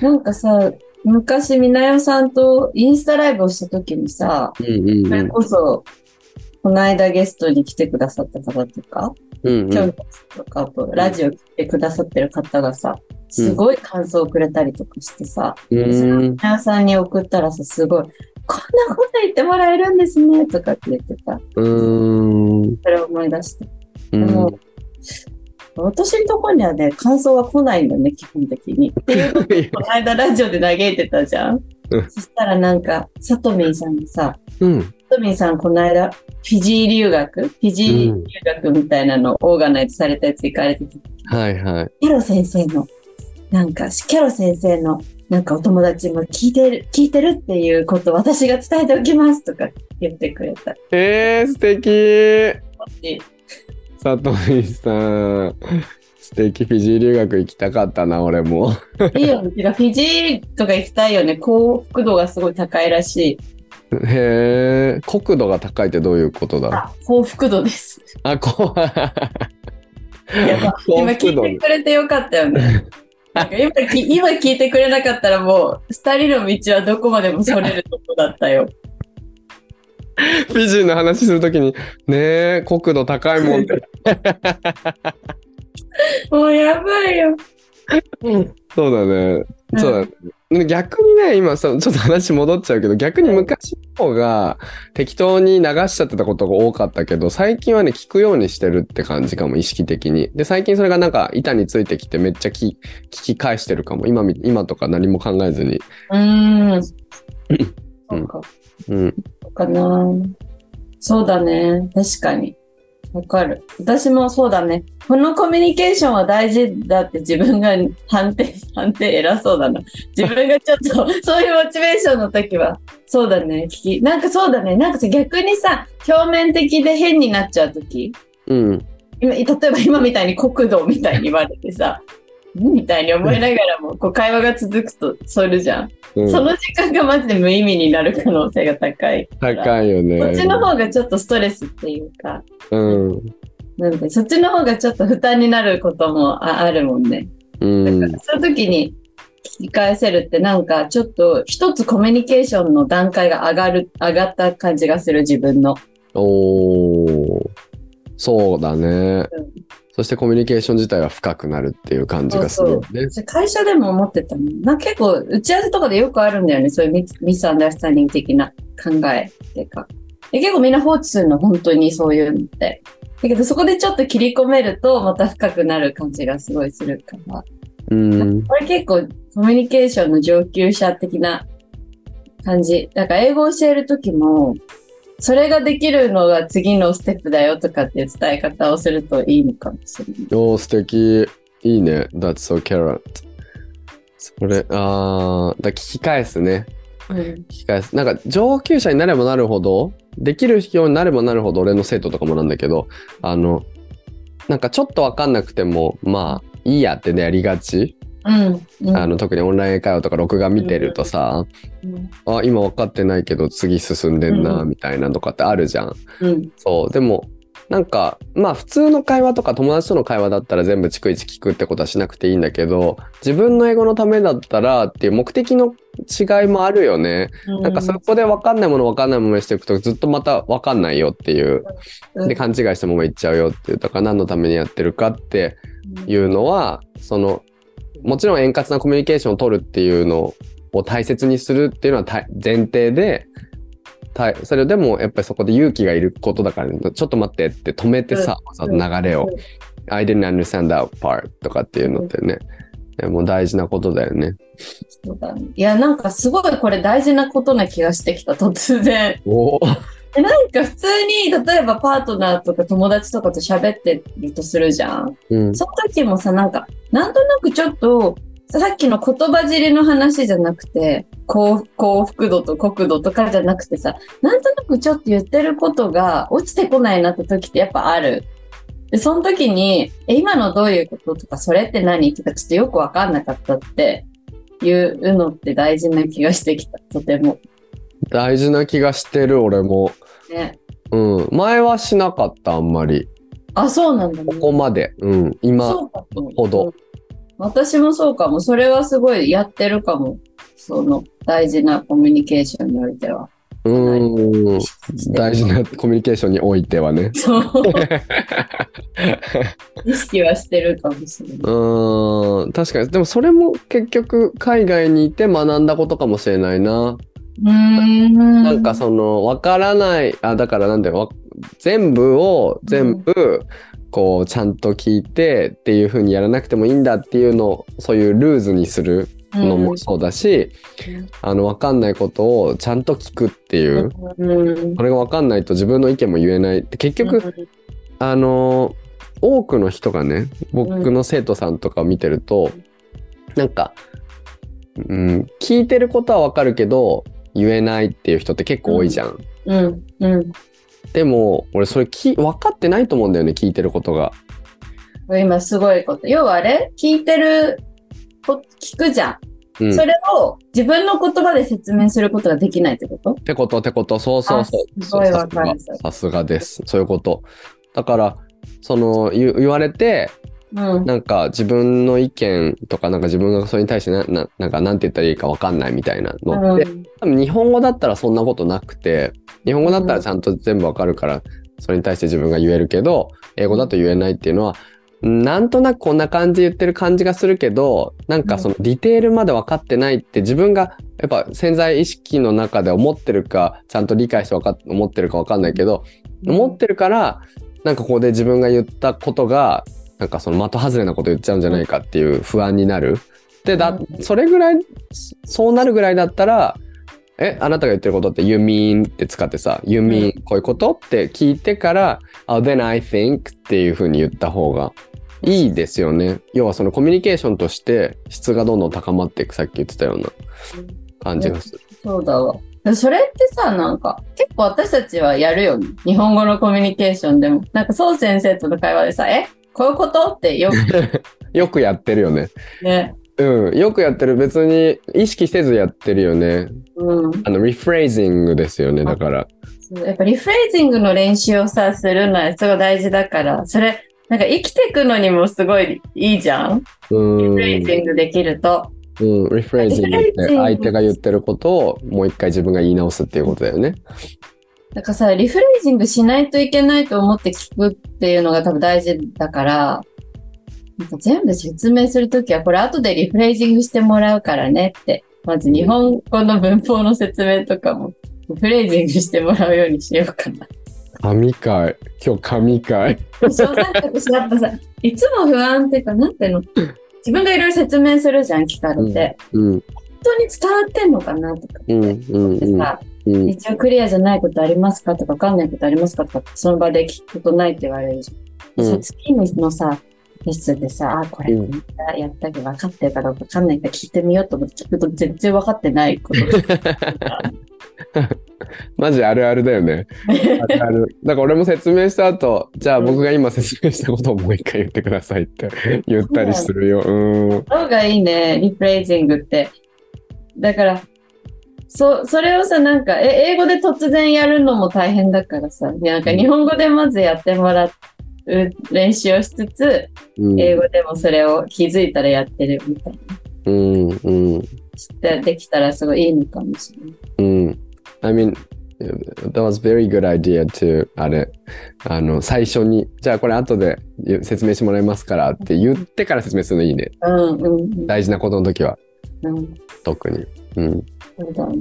Speaker 2: なんかさ、昔、みなよさんとインスタライブをした時にさ、
Speaker 1: うんうん
Speaker 2: そうれ
Speaker 1: ん
Speaker 2: こそ、この間ゲストに来てくださった方とか、
Speaker 1: うん
Speaker 2: キ
Speaker 1: う
Speaker 2: ョ
Speaker 1: ん
Speaker 2: ンとか、あとラジオ来てくださってる方がさ、すごい感想をくれたりとかしてさ、
Speaker 1: うん
Speaker 2: みなよさんに送ったらさ、すごい、こんなこと言ってもらえるんですね、とかって言ってた。
Speaker 1: うんうん
Speaker 2: それを思い出した。
Speaker 1: う
Speaker 2: で
Speaker 1: ん
Speaker 2: も、私のところにはね、感想は来ないんだね、基本的に。っていうことをこの間ラジオで嘆いてたじゃん
Speaker 1: うん。
Speaker 2: そしたらなんか、さとみんさんにさ、
Speaker 1: うん
Speaker 2: さとみんさんこの間、フィジー留学フィジー留学みたいなの、オーガナイズされたやつ行かれてて、
Speaker 1: はいはい。
Speaker 2: キャロ先生の、なんか、キャロ先生の、なんかお友達も聞いてる、聞いてるっていうことを私が伝えておきますとか言ってくれ た。
Speaker 1: えー、素敵
Speaker 2: し
Speaker 1: さとみさん。素敵フィジー留学行きたかったな俺も
Speaker 2: いいよね。てかフィジーとか行きたいよね。幸福度がすごい高いらしい。
Speaker 1: へえ国土が高いってどういうことだ
Speaker 2: あ、幸福度です。
Speaker 1: あこ
Speaker 2: やっぱ
Speaker 1: 幸
Speaker 2: 今聞
Speaker 1: 福
Speaker 2: い
Speaker 1: 度
Speaker 2: てくれてよかった よね。なんか今き今聞いてくれなかったらもう二人の道はどこまでもそれるとこだったよ。
Speaker 1: フィジーの話するときにねえ国土高いもんって
Speaker 2: もうやばいよ。
Speaker 1: そうだねそうだねで逆にね今さちょっと話戻っちゃうけど逆に昔の方が適当に流しちゃってたことが多かったけど最近はね聞くようにしてるって感じかも意識的にで最近それがなんか板についてきてめっちゃ聞聞き返してるかも今み今とか何も考えずに
Speaker 2: うん。うーん。そうか。
Speaker 1: うん
Speaker 2: そうかな。そうだね。確かに。わかる。私もそうだね。このコミュニケーションは大事だって自分が判定、 判定偉そうだな。自分がちょっと、 そういうモチベーションの時は、そうだね。聞き、なんかそうだね。なんかさ、逆にさ、表面的で変になっちゃう時
Speaker 1: うん
Speaker 2: 今例えば今みたいに国土みたいに言われてさ、んみたいに思いながらも、こう会話が続くと、それじゃん。
Speaker 1: うん
Speaker 2: その時間がマジで無意味になる可能性が高い。
Speaker 1: 高いよね
Speaker 2: こっちの方がちょっとストレスっていうか、
Speaker 1: うん
Speaker 2: なんで、そっちの方がちょっと負担になることもああるもんね。
Speaker 1: うん
Speaker 2: そういう時に聞き返せるってなんかちょっと一つコミュニケーションの段階が上がる、上がった感じがする自分の。
Speaker 1: おーそうだね、
Speaker 2: うん
Speaker 1: そしてコミュニケーション自体は深くなるっていう感じがするよね
Speaker 2: 私会社でも思ってたの。なんか結構打ち合わせとかでよくあるんだよね。そういうミスミスアンダースタンディング的な考えっていうか。で結構みんな放置するの、本当にそういうのって。だけどそこでちょっと切り込めるとまた深くなる感じがすごいするから。
Speaker 1: うん
Speaker 2: これ結構コミュニケーションの上級者的な感じ。だから英語を教えるときも、それができるのが次のステップだよとかっていう伝え方をするといいのかもしれない。
Speaker 1: おー素敵いいね That's so carrot それあーだ聞き返すね
Speaker 2: うん
Speaker 1: 聞き返すなんか上級者になればなるほどできるようになればなるほど俺の生徒とかもなんだけどあのなんかちょっと分かんなくてもまあいいやってねやりがち、
Speaker 2: うん。うん。
Speaker 1: あの特にオンライン英会話とか録画見てるとさ、
Speaker 2: うん。
Speaker 1: あ今分かってないけど次進んでんな
Speaker 2: うん
Speaker 1: みたいなとかってあるじゃん。
Speaker 2: うん。
Speaker 1: そうでもなんかまあ普通の会話とか友達との会話だったら全部逐一聞くってことはしなくていいんだけど自分の英語のためだったらっていう目的の違いもあるよね。なんかそこで分かんないもの分かんないものにしていくとずっとまた分かんないよっていう
Speaker 2: うん
Speaker 1: で勘違いしたまま言っちゃうよっていうとか何のためにやってるかっていうのはそのもちろん円滑なコミュニケーションを取るっていうのを大切にするっていうのは大前提でたそれでもやっぱりそこで勇気がいることだから、ね、ちょっと待ってって止めてさ、その流れを、
Speaker 2: うん
Speaker 1: I didn't understand that part とかっていうのってね、でも大事なことだよね。
Speaker 2: そうだね。いや、なんかすごいこれ大事なことな気がしてきた、突然。
Speaker 1: おお、
Speaker 2: えなんか普通に、例えばパートナーとか友達とかと喋ってるとするじゃん。
Speaker 1: うん、
Speaker 2: その時もさ、なんか、なんとなくちょっと、さっきの言葉尻の話じゃなくて、幸幸福度と国土とかじゃなくてさ、なんとなくちょっと言ってることが落ちてこないなって時ってやっぱある。で、その時に、え、今のどういうこととか、それって何とか、ちょっとよくわかんなかったっていうのって大事な気がしてきた。とても。
Speaker 1: 大事な気がしてる俺も。
Speaker 2: ね。
Speaker 1: うん、前はしなかったあんまり
Speaker 2: あ、そうなんだね。
Speaker 1: ここまで、うん、今
Speaker 2: そうかも
Speaker 1: ほど
Speaker 2: うん私もそうかも。それはすごいやってるかも。その大事なコミュニケーションにおいては。
Speaker 1: うーん
Speaker 2: してる
Speaker 1: 大事なコミュニケーションにおいてはね。
Speaker 2: そう。意識はしてるかもしれな
Speaker 1: う
Speaker 2: い。
Speaker 1: ーん確かにでもそれも結局海外にいて学んだことかもしれないな、
Speaker 2: うん。な
Speaker 1: なんかその分からないあだからなんだよわ全部を全部こうちゃんと聞いてっていう風にやらなくてもいいんだっていうのをそういうルーズにするのもそうだし、
Speaker 2: うん
Speaker 1: あの分かんないことをちゃんと聞くっていう、
Speaker 2: うん。
Speaker 1: それが分かんないと自分の意見も言えないって結局、あの多くの人がね僕の生徒さんとかを見てると、なんか、うん、聞いてることはわかるけど言えないっていう人って結構多いじゃん。
Speaker 2: うん。うん。
Speaker 1: でも俺それき分かってないと思うんだよね聞いてることが。
Speaker 2: 今すごいこと。要はあれ聞いてるこ、聞くじゃ。
Speaker 1: うんん、
Speaker 2: そ
Speaker 1: っ
Speaker 2: れを自分の言葉で説明することができないってこと
Speaker 1: てことってことそうそうそ
Speaker 2: あ
Speaker 1: う
Speaker 2: すごいわかる
Speaker 1: そうさすがさすがですそういうことだからその言言われて
Speaker 2: うん。
Speaker 1: なんか自分の意見とかなんか自分がそれに対してなななんかなんて言ったらいいかわかんないみたいなのって、
Speaker 2: うん
Speaker 1: 多分日本語だったらそんなことなくて日本語だったらちゃんと全部わかるからそれに対して自分が言えるけど英語だと言えないっていうのはうんなんとなくこんな感じで言ってる感じがするけどなんかそのディテールまで分かってないって自分がやっぱ潜在意識の中で思ってるかちゃんと理解してわかっ思ってるか分かんないけど思ってるからなんかここで自分が言ったことがなんかその的外れなこと言っちゃうんじゃないかっていう不安になる。でだ
Speaker 2: うん
Speaker 1: それぐらいそそうなるぐらいだったら「えあなたが言ってることって「you mean」って使ってさ「you
Speaker 2: うん
Speaker 1: mean こういうこと?」って聞いてから「あ then I think」っていうふうに言った方がいいですよね。要はそのコミュニケーションとして質がどんどん高まっていくさっき言ってたような感じがする。
Speaker 2: そうだわ。それってさ、なんか、結構私たちはやるよね。日本語のコミュニケーションでも。なんか、そう先生との会話でさ、えこういうことってよく
Speaker 1: よくやってるよね。
Speaker 2: ね。
Speaker 1: うん、よくやってる別に意識せずやってるよね
Speaker 2: うん。
Speaker 1: あのリフレージングですよねだから
Speaker 2: そうやっぱリフレージングの練習をさ、するのはすごい大事だから、それ、なんか生きていくのにもすごいいいじゃん
Speaker 1: うん
Speaker 2: リフレージングできると。
Speaker 1: うん、リフレージングっ
Speaker 2: リフレージン
Speaker 1: て
Speaker 2: グ
Speaker 1: 相手が言ってることをもう一回自分が言い直すっていうことだよね。
Speaker 2: だからさ、リフレージングしないといけないと思って聞くっていうのが多分大事だから、なんか全部説明するときは、これ後でリフレージングしてもらうからねって。まず日本語の文法の説明とかも、リフレージングしてもらうようにしようかな。
Speaker 1: 神回今日神回
Speaker 2: 小三角しやっぱさ、いつも不安っていうか、なんていうの自分がいろいろ説明するじゃん、聞かれて。
Speaker 1: うん
Speaker 2: 本当に伝わってんのかなとか。
Speaker 1: うんうん
Speaker 2: で
Speaker 1: うん
Speaker 2: さ、
Speaker 1: うん
Speaker 2: 一応クリアじゃないことありますかとか、わかんないことありますかとか、その場で聞くことないって言われるじゃん。
Speaker 1: うん
Speaker 2: でさ次のさ、レッスンでさ、あ、これ
Speaker 1: うん
Speaker 2: やったけど分かってるかどうか分かんないから聞いてみようと思って聞くと全然分かってないこと。
Speaker 1: マジあるあるだよね。あるある。だから俺も説明した後、じゃあ僕が今説明したことをもう一回言ってくださいって言ったりするよ。うん。
Speaker 2: 方がいいね、 リフレージングって。だから、そ、それをさ、なんか、え、英語で突然やるのも大変だからさ、なんか日本語でまずやってもらう練習をしつつ、
Speaker 1: うん
Speaker 2: 英語でもそれを気づいたらやってるみたいな。
Speaker 1: うんうん。
Speaker 2: してできたらすごいいいのかもしれない。
Speaker 1: Mm. I mean, that was very good idea to あれあの最初にじゃあこれ後で説明してもらいますからって言ってから説明するのいいね
Speaker 2: うんうん
Speaker 1: 大事なことの時は
Speaker 2: うん。うん、
Speaker 1: 特に、うん、
Speaker 2: そうだね。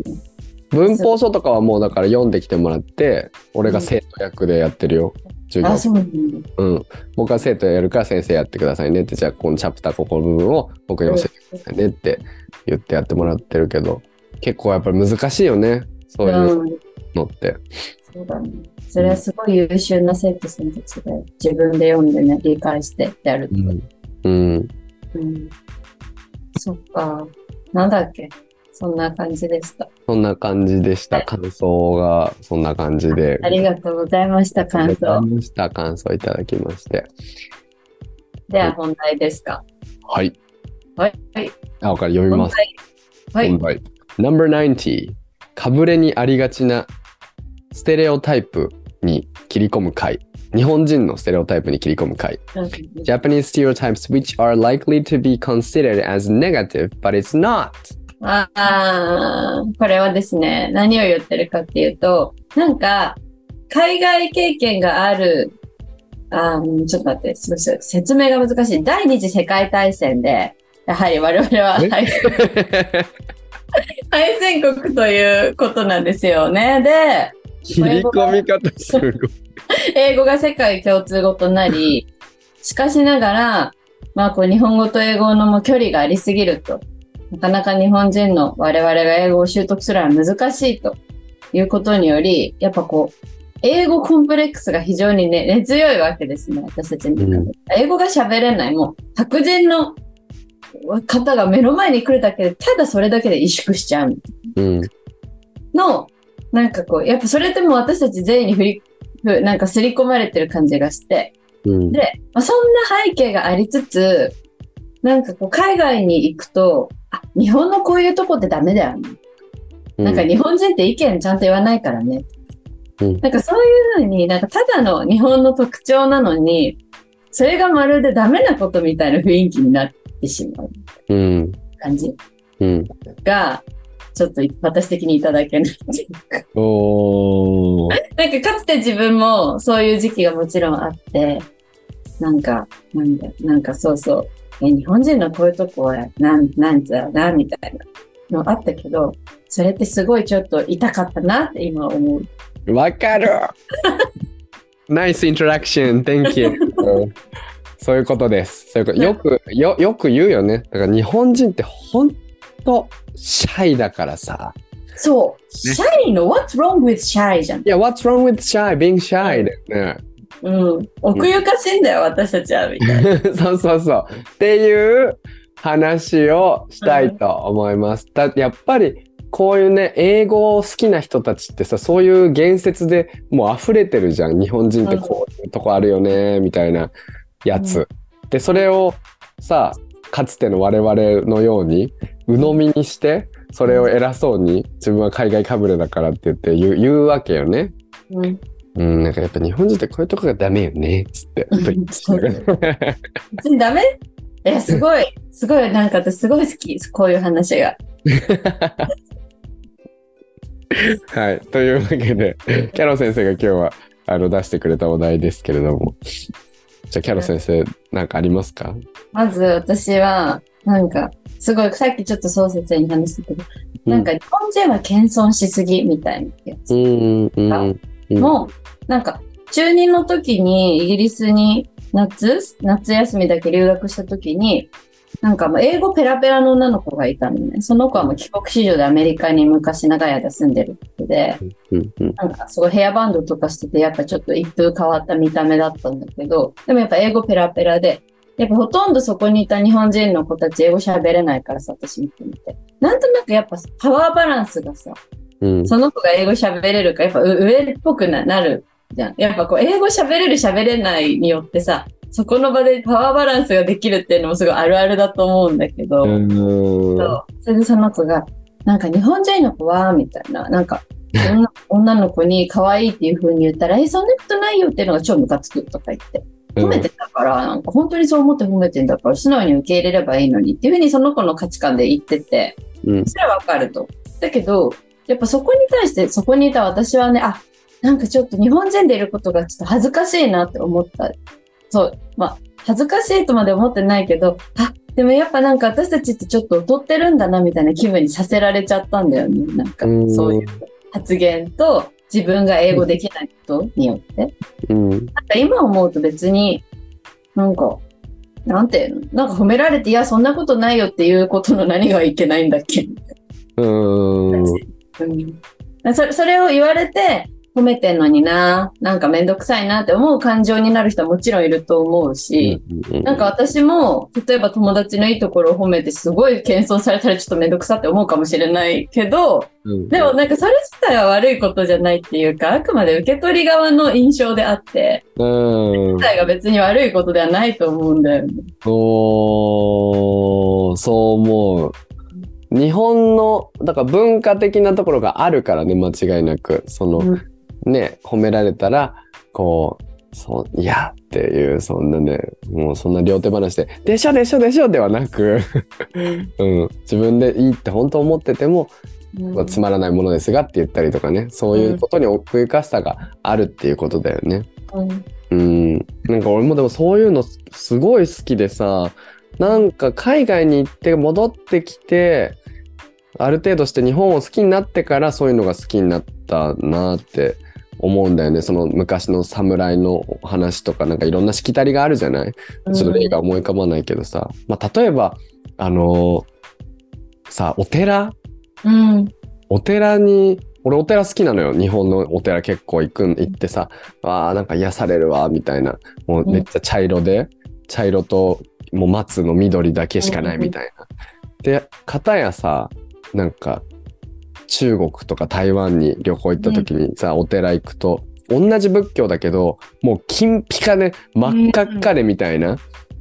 Speaker 1: 文法書とかはもうだから読んできてもらって俺が生徒役でやってるよ授業
Speaker 2: あ、そうなんだ。
Speaker 1: うん、僕は生徒やるから先生やってくださいねってじゃあこのチャプターここの部分を僕に教えてくださいねって言ってやってもらってるけど結構やっぱり難しいよねそういう
Speaker 2: うん、
Speaker 1: のって、
Speaker 2: そうだね。それはすごい優秀な生徒さんたちで、自分で読んでね、理解してやる。
Speaker 1: うん
Speaker 2: うん。そっか。なんだっけそんな感じでした。
Speaker 1: そんな感じでした。
Speaker 2: はい
Speaker 1: 感想がそんな感じで。
Speaker 2: ありがとうございました、感
Speaker 1: ありがとう
Speaker 2: 想。
Speaker 1: ございました。感想いただきまして。
Speaker 2: では本題ですか。
Speaker 1: はい。
Speaker 2: はい。
Speaker 1: あ、から読み
Speaker 2: 本
Speaker 1: ます。
Speaker 2: 題。はい。
Speaker 1: 題。No.90。かぶれにありがちなステレオタイプに切り込む回。日本人のステレオタイプに切り込む回。Japanese stereotypes which are likely to be considered as negative, but it's not.
Speaker 2: ああー、これはですね、何を言ってるかっていうと、なんか、海外経験がある、あーちょっと待って、すごいすごい説明が難しい。第二次世界大戦で、やはり我々は
Speaker 1: え
Speaker 2: 敗戦敗戦国ということなんですよね。で、
Speaker 1: 切り込み方す ごい。
Speaker 2: 英語が世界共通語となり、しかしながら、まあこう日本語と英語のもう距離がありすぎると。なかなか日本人の我々が英語を習得するのは難しいということにより、やっぱこう、英語コンプレックスが非常にね、根強いわけですね、私たちの中で。
Speaker 1: うん
Speaker 2: 英語が喋れない、もう白人の方が目の前に来るだけで、ただそれだけで萎縮しちゃう
Speaker 1: うん。
Speaker 2: の、なんかこう、やっぱそれでも私たち全員に振り、ふなんか刷り込まれてる感じがして、
Speaker 1: うん
Speaker 2: でまあ、そんな背景がありつつ、なんかこう海外に行くと、あ、日本のこういうとこってダメだよね。なんか日本人って意見ちゃんと言わないからね。
Speaker 1: うん
Speaker 2: なんかそういうふうに、なんかただの日本の特徴なのに、それがまるでダメなことみたいな雰囲気になってしまう
Speaker 1: うん
Speaker 2: 感じ
Speaker 1: うん
Speaker 2: が、ちょっと私的にいただけないっていうか。
Speaker 1: おー
Speaker 2: なんかかつて自分もそういう時期がもちろんあって、なんか、なんだ、なんかそうそう、え日本人のこういうとこは、なん、なんだろうな、みたいなのあったけど、それってすごいちょっと痛かったなって今思う。
Speaker 1: わかる Nice introduction, thank you うん そういうことですそういうことよくよよく言うよねだから日本人ってほんとシャイだからさ
Speaker 2: そう、
Speaker 1: ね
Speaker 2: シャイの What's wrong with shy じゃん。
Speaker 1: いや What's wrong with shy? being shy だよね
Speaker 2: うん。奥ゆかしいんだよ、私たちは、みたいな。
Speaker 1: そうそうそう。っていう話をしたいと思います。だやっぱりこういうね英語を好きな人たちってさそういう言説でもう溢れてるじゃん日本人ってこういうとこあるよねみたいなやつ。でそれをさかつての我々のように鵜呑みにしてそれを偉そうに自分は海外かぶれだからって言って言う言うわけよね。
Speaker 2: うん。
Speaker 1: うん、なんかやっぱ日本人ってこういうとこがダメよねっつって。
Speaker 2: 別にダメいや、すごい、すごい、なんか私すごい好き、こういう話が。
Speaker 1: はい、というわけ でキャロ先生が今日はあの出してくれたお題ですけれどもじゃあキャロ先生なんかありますか
Speaker 2: まず私は、なんか、すごい、さっきちょっと創設に話してたけど、なんか日本人は謙遜しすぎみたいなや
Speaker 1: うん
Speaker 2: つ
Speaker 1: うんうんうん
Speaker 2: も、なんか、中任の時にイギリスに夏、夏休みだけ留学した時に、なんかもう英語ペラペラの女の子がいたのね。その子はもう帰国子女でアメリカに昔長い間住んでる人で、
Speaker 1: うんうん
Speaker 2: なんかすごいヘアバンドとかしてて、やっぱちょっと一風変わった見た目だったんだけど、でもやっぱ英語ペラペラで、やっぱほとんどそこにいた日本人の子たち英語喋れないからさ、私見てみて。なんとなくやっぱパワーバランスがさ、
Speaker 1: うん
Speaker 2: その子が英語喋れるか、やっぱう上っぽくななるじゃん。やっぱこう、英語喋れる喋れないによってさ、そこの場でパワーバランスができるっていうのもすごいあるあるだと思うんだけど、
Speaker 1: うん
Speaker 2: そうそれでその子が、なんか日本人の子は、みたいな、なんか、女女の子に可愛いっていう風に言ったら、え、そんなことないよっていうのが超ムカつくとか言って、褒めてたから、なんか本当にそう思って褒めてんだから、素直に受け入れればいいのにっていう風にその子の価値観で言ってて、
Speaker 1: うん
Speaker 2: それはわかると。だけど、やっぱそこに対して、そこにいた私はね、あ、なんかちょっと日本人でいることがちょっと恥ずかしいなって思った。そう、まあ、恥ずかしいとまで思ってないけど、あ、でもやっぱなんか私たちってちょっと劣ってるんだなみたいな気分にさせられちゃったんだよね。なんか
Speaker 1: うん
Speaker 2: そういう発言と自分が英語できないことによ って。なん
Speaker 1: うん
Speaker 2: か今思うと別になんか、なんていうのなんか褒められて、いや、そんなことないよっていうことの何がいけないんだっけ
Speaker 1: うん
Speaker 2: うん、それそれを言われて褒めてんのにななんかめんどくさいなって思う感情になる人はもちろんいると思うし、なんか私も例えば友達のいいところを褒めてすごい謙遜されたらちょっとめんどくさって思うかもしれないけどでもなんかそれ自体は悪いことじゃないっていうかあくまで受け取り側の印象であって
Speaker 1: うん
Speaker 2: 自体が別に悪いことではないと思うんだよね。
Speaker 1: おーそう思う。日本のだから文化的なところがあるからね間違いなくその、
Speaker 2: う
Speaker 1: ね褒められたらこうそういやっていうそんなねもうそんな両手話で「でしょでしょでしょ」ではなく、うん、自分でいいって本当思ってても
Speaker 2: うん
Speaker 1: つまらないものですがって言ったりとかねそういうことに奥ゆかしさがあるっていうことだよね。
Speaker 2: うん
Speaker 1: うん、なんか俺もでもそういうのすすごい好きでさなんか海外に行って戻ってきてある程度して日本を好きになってからそういうのが好きになったなって思うんだよねその昔の侍の話とかなんかいろんなしきたりがあるじゃないちょっと例が思い浮かばないけどさ、まあ、例えばあのーさお寺
Speaker 2: うん
Speaker 1: お寺に俺お寺好きなのよ日本のお寺結構行くん行ってさあーなんか癒されるわみたいなもうめっちゃ茶色で、茶色ともう松の緑だけしかないみたいな。で片やさなんか中国とか台湾に旅行行った時にさ、お寺行くと同じ仏教だけどもう金ピカで真っ赤っかでみたいな、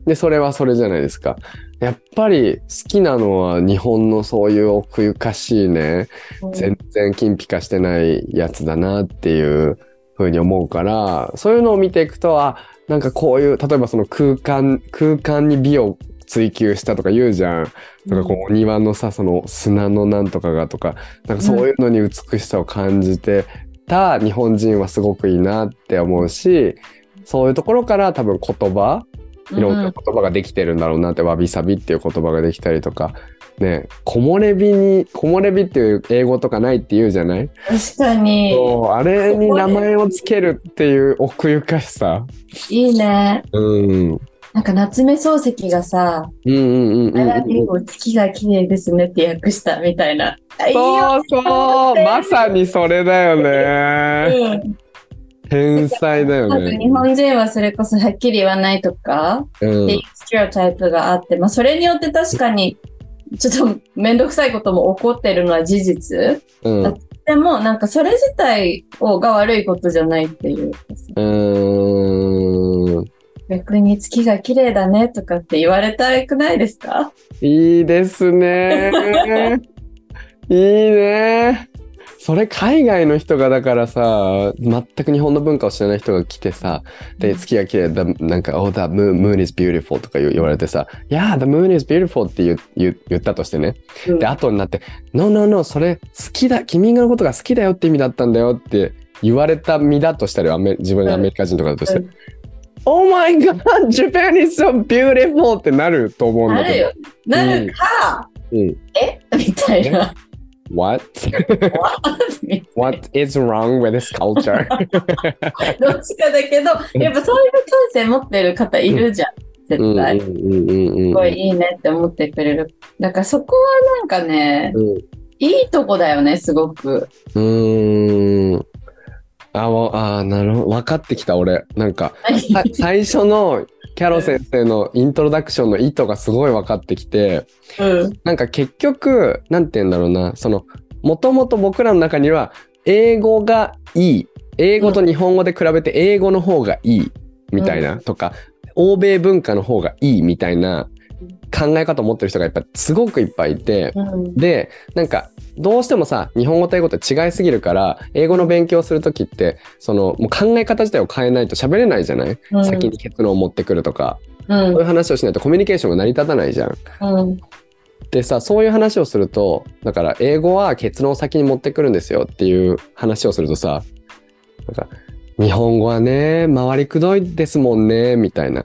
Speaker 1: でそれはそれじゃないですかやっぱり好きなのは日本のそういう奥ゆかしいね全然金ピカしてないやつだなっていうふうに思うからそういうのを見ていくとあなんかこういう例えばその空間空間に美を追求したとか言うじゃん。とかこうお庭のさその砂のなんとかがとかなんかそういうのに美しさを感じてた日本人はすごくいいなって思うしそういうところから多分言葉いろんな言葉ができてるんだろうなって、わびさびっていう言葉ができたりとか。ね、木漏れ日に木漏れ日っていう英語とかないって言うじゃない、
Speaker 2: 確かに、
Speaker 1: そうあれに名前をつけるっていう奥ゆかしさ、
Speaker 2: いいね。
Speaker 1: うん、うん
Speaker 2: なんか夏目漱石がさ、
Speaker 1: うんうんうんうん
Speaker 2: あでも月が綺麗ですねって訳したみたいな。あいいよ、
Speaker 1: そうそうまさにそれだよね
Speaker 2: うん
Speaker 1: 天才だよ
Speaker 2: なんか日
Speaker 1: ね
Speaker 2: 本人はそれこそはっきり言わないとか
Speaker 1: う
Speaker 2: っていうんステレオタイプがあって、まあ、それによって確かにちょっと面倒くさいことも起こってるのは事実
Speaker 1: うん
Speaker 2: でもなんかそれ自体をが悪いことじゃないっていう
Speaker 1: うーん
Speaker 2: 逆に月が綺麗だねとかって言われたくないですか
Speaker 1: いいですねいいねそれ海外の人がだからさ全く日本の文化を知らない人が来てさで月が綺麗だなんか「Oh, the moon, moon is beautiful」とか言う言われてさ「Yeah, the moon is beautiful」って言う言う言ったとしてね
Speaker 2: うん
Speaker 1: で後になって「No, no, no それ好きだ君のことが好きだよって意味だったんだよ」って言われた身だとしたらアメ自分がアメリカ人とかだとして「
Speaker 2: うん
Speaker 1: Oh my god Japan is so beautiful」ってなると思うん
Speaker 2: な
Speaker 1: だ
Speaker 2: る
Speaker 1: けど
Speaker 2: よなるか、
Speaker 1: うん
Speaker 2: えみたいな
Speaker 1: 「What?
Speaker 2: ど
Speaker 1: What is wrong with this culture?
Speaker 2: っちかだけどやっぱそういう感性持ってる方いるじゃん
Speaker 1: う
Speaker 2: 絶
Speaker 1: ん」
Speaker 2: 対。
Speaker 1: うんうんうんうん
Speaker 2: すごいいいねって思ってくれる。だからそこはなんかね、
Speaker 1: うん
Speaker 2: いいとこだよね、すごく。
Speaker 1: うーんあもうあーなるほど分かってきた俺なんか さ最初のキャロ先生のイントロダクションの意図がすごい分かってきて
Speaker 2: うん。
Speaker 1: なんか結局なんて言うんだろうなそのもともと僕らの中には英語がいい英語と日本語で比べて英語の方がいいみたいな、
Speaker 2: うん
Speaker 1: とか欧米文化の方がいいみたいな考え方を持ってる人がやっぱすごくいっぱいいて。
Speaker 2: うん。
Speaker 1: でなんかどうしてもさ日本語と英語って違いすぎるから英語の勉強する時ってそのもう考え方自体を変えないと喋れないじゃない、
Speaker 2: うん
Speaker 1: 先に結論を持ってくるとか
Speaker 2: うん
Speaker 1: そういう話をしないとコミュニケーションが成り立たないじゃん。
Speaker 2: うん。
Speaker 1: でさそういう話をするとだから英語は結論を先に持ってくるんですよっていう話をするとさなんか日本語はね回りくどいですもんねみたいな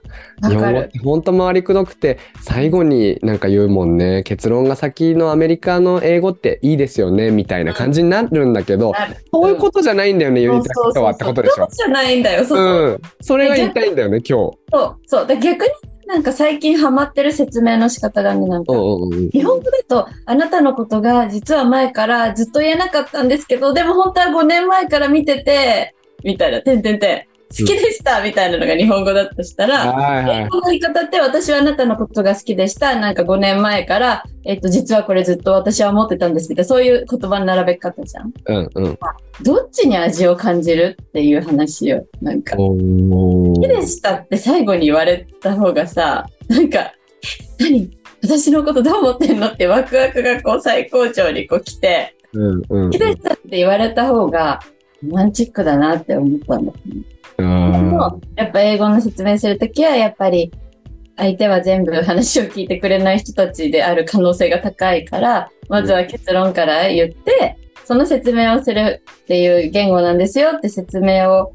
Speaker 1: 日
Speaker 2: わか
Speaker 1: 本語っ
Speaker 2: る。
Speaker 1: てほんと回りくどくて最後になんか言うもんね結論が先のアメリカの英語っていいですよねみたいな感じになるんだけど、
Speaker 2: なる
Speaker 1: そういうことじゃないんだよね、言いたいことはってことでし
Speaker 2: そう
Speaker 1: ょ。
Speaker 2: じゃないんだよ。そうそう
Speaker 1: うん、それが言いたいんだよね今日。
Speaker 2: そう。そうだから逆になんか最近ハマってる説明の仕方がね、なんか
Speaker 1: う。んうんうん
Speaker 2: 日本語だと、あなたのことが実は前からずっと言えなかったんですけど、でも本当は5年前から見てて、みたいな、てんてんてん、好きでした、みたいなのが日本語だとしたら、
Speaker 1: はいはい。
Speaker 2: この言い方って私はあなたのことが好きでした。なんか5年前から、えっと、実はこれずっと私は思ってたんですけど、そういう言葉の並べ方じゃん。
Speaker 1: うんうん。
Speaker 2: どっちに味を感じるっていう話よ。なんか、好
Speaker 1: お
Speaker 2: き
Speaker 1: ー
Speaker 2: でしたって最後に言われた方がさ、なんか、え何私のことどう思ってんのってワクワクがこう最高潮にこう来て、
Speaker 1: うんうん
Speaker 2: 好きでしたって言われた方が、ロマンチックだなって思ったんだ。で
Speaker 1: あ
Speaker 2: も、やっぱ英語の説明するときは、やっぱり相手は全部話を聞いてくれない人たちである可能性が高いから、まずは結論から言って、その説明をするっていう言語なんですよって説明を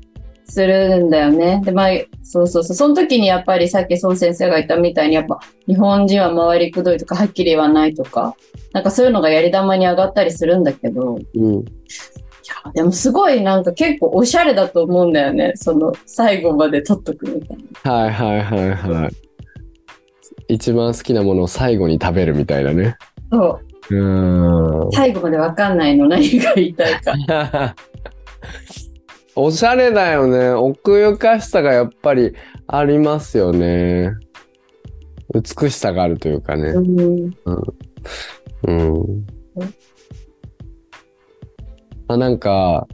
Speaker 2: するんだよね。で、まあ、そうそうそう。その時にやっぱりさっき孫先生が言ったみたいに、やっぱ日本人は回りくどいとか、はっきり言わないとか、なんかそういうのがやり玉に上がったりするんだけど、
Speaker 1: ーうん
Speaker 2: いやでもすごいなんか結構おしゃれだと思うんだよね。その最後まで取っとくみたいな。
Speaker 1: はいはいはいはい。一番好きなものを最後に食べるみたいなね。
Speaker 2: そう。
Speaker 1: うーん。
Speaker 2: 最後までわかんないの何が言いたいか。
Speaker 1: おしゃれだよね奥ゆかしさがやっぱりありますよね美しさがあるというかね
Speaker 2: うん。
Speaker 1: うんあなんか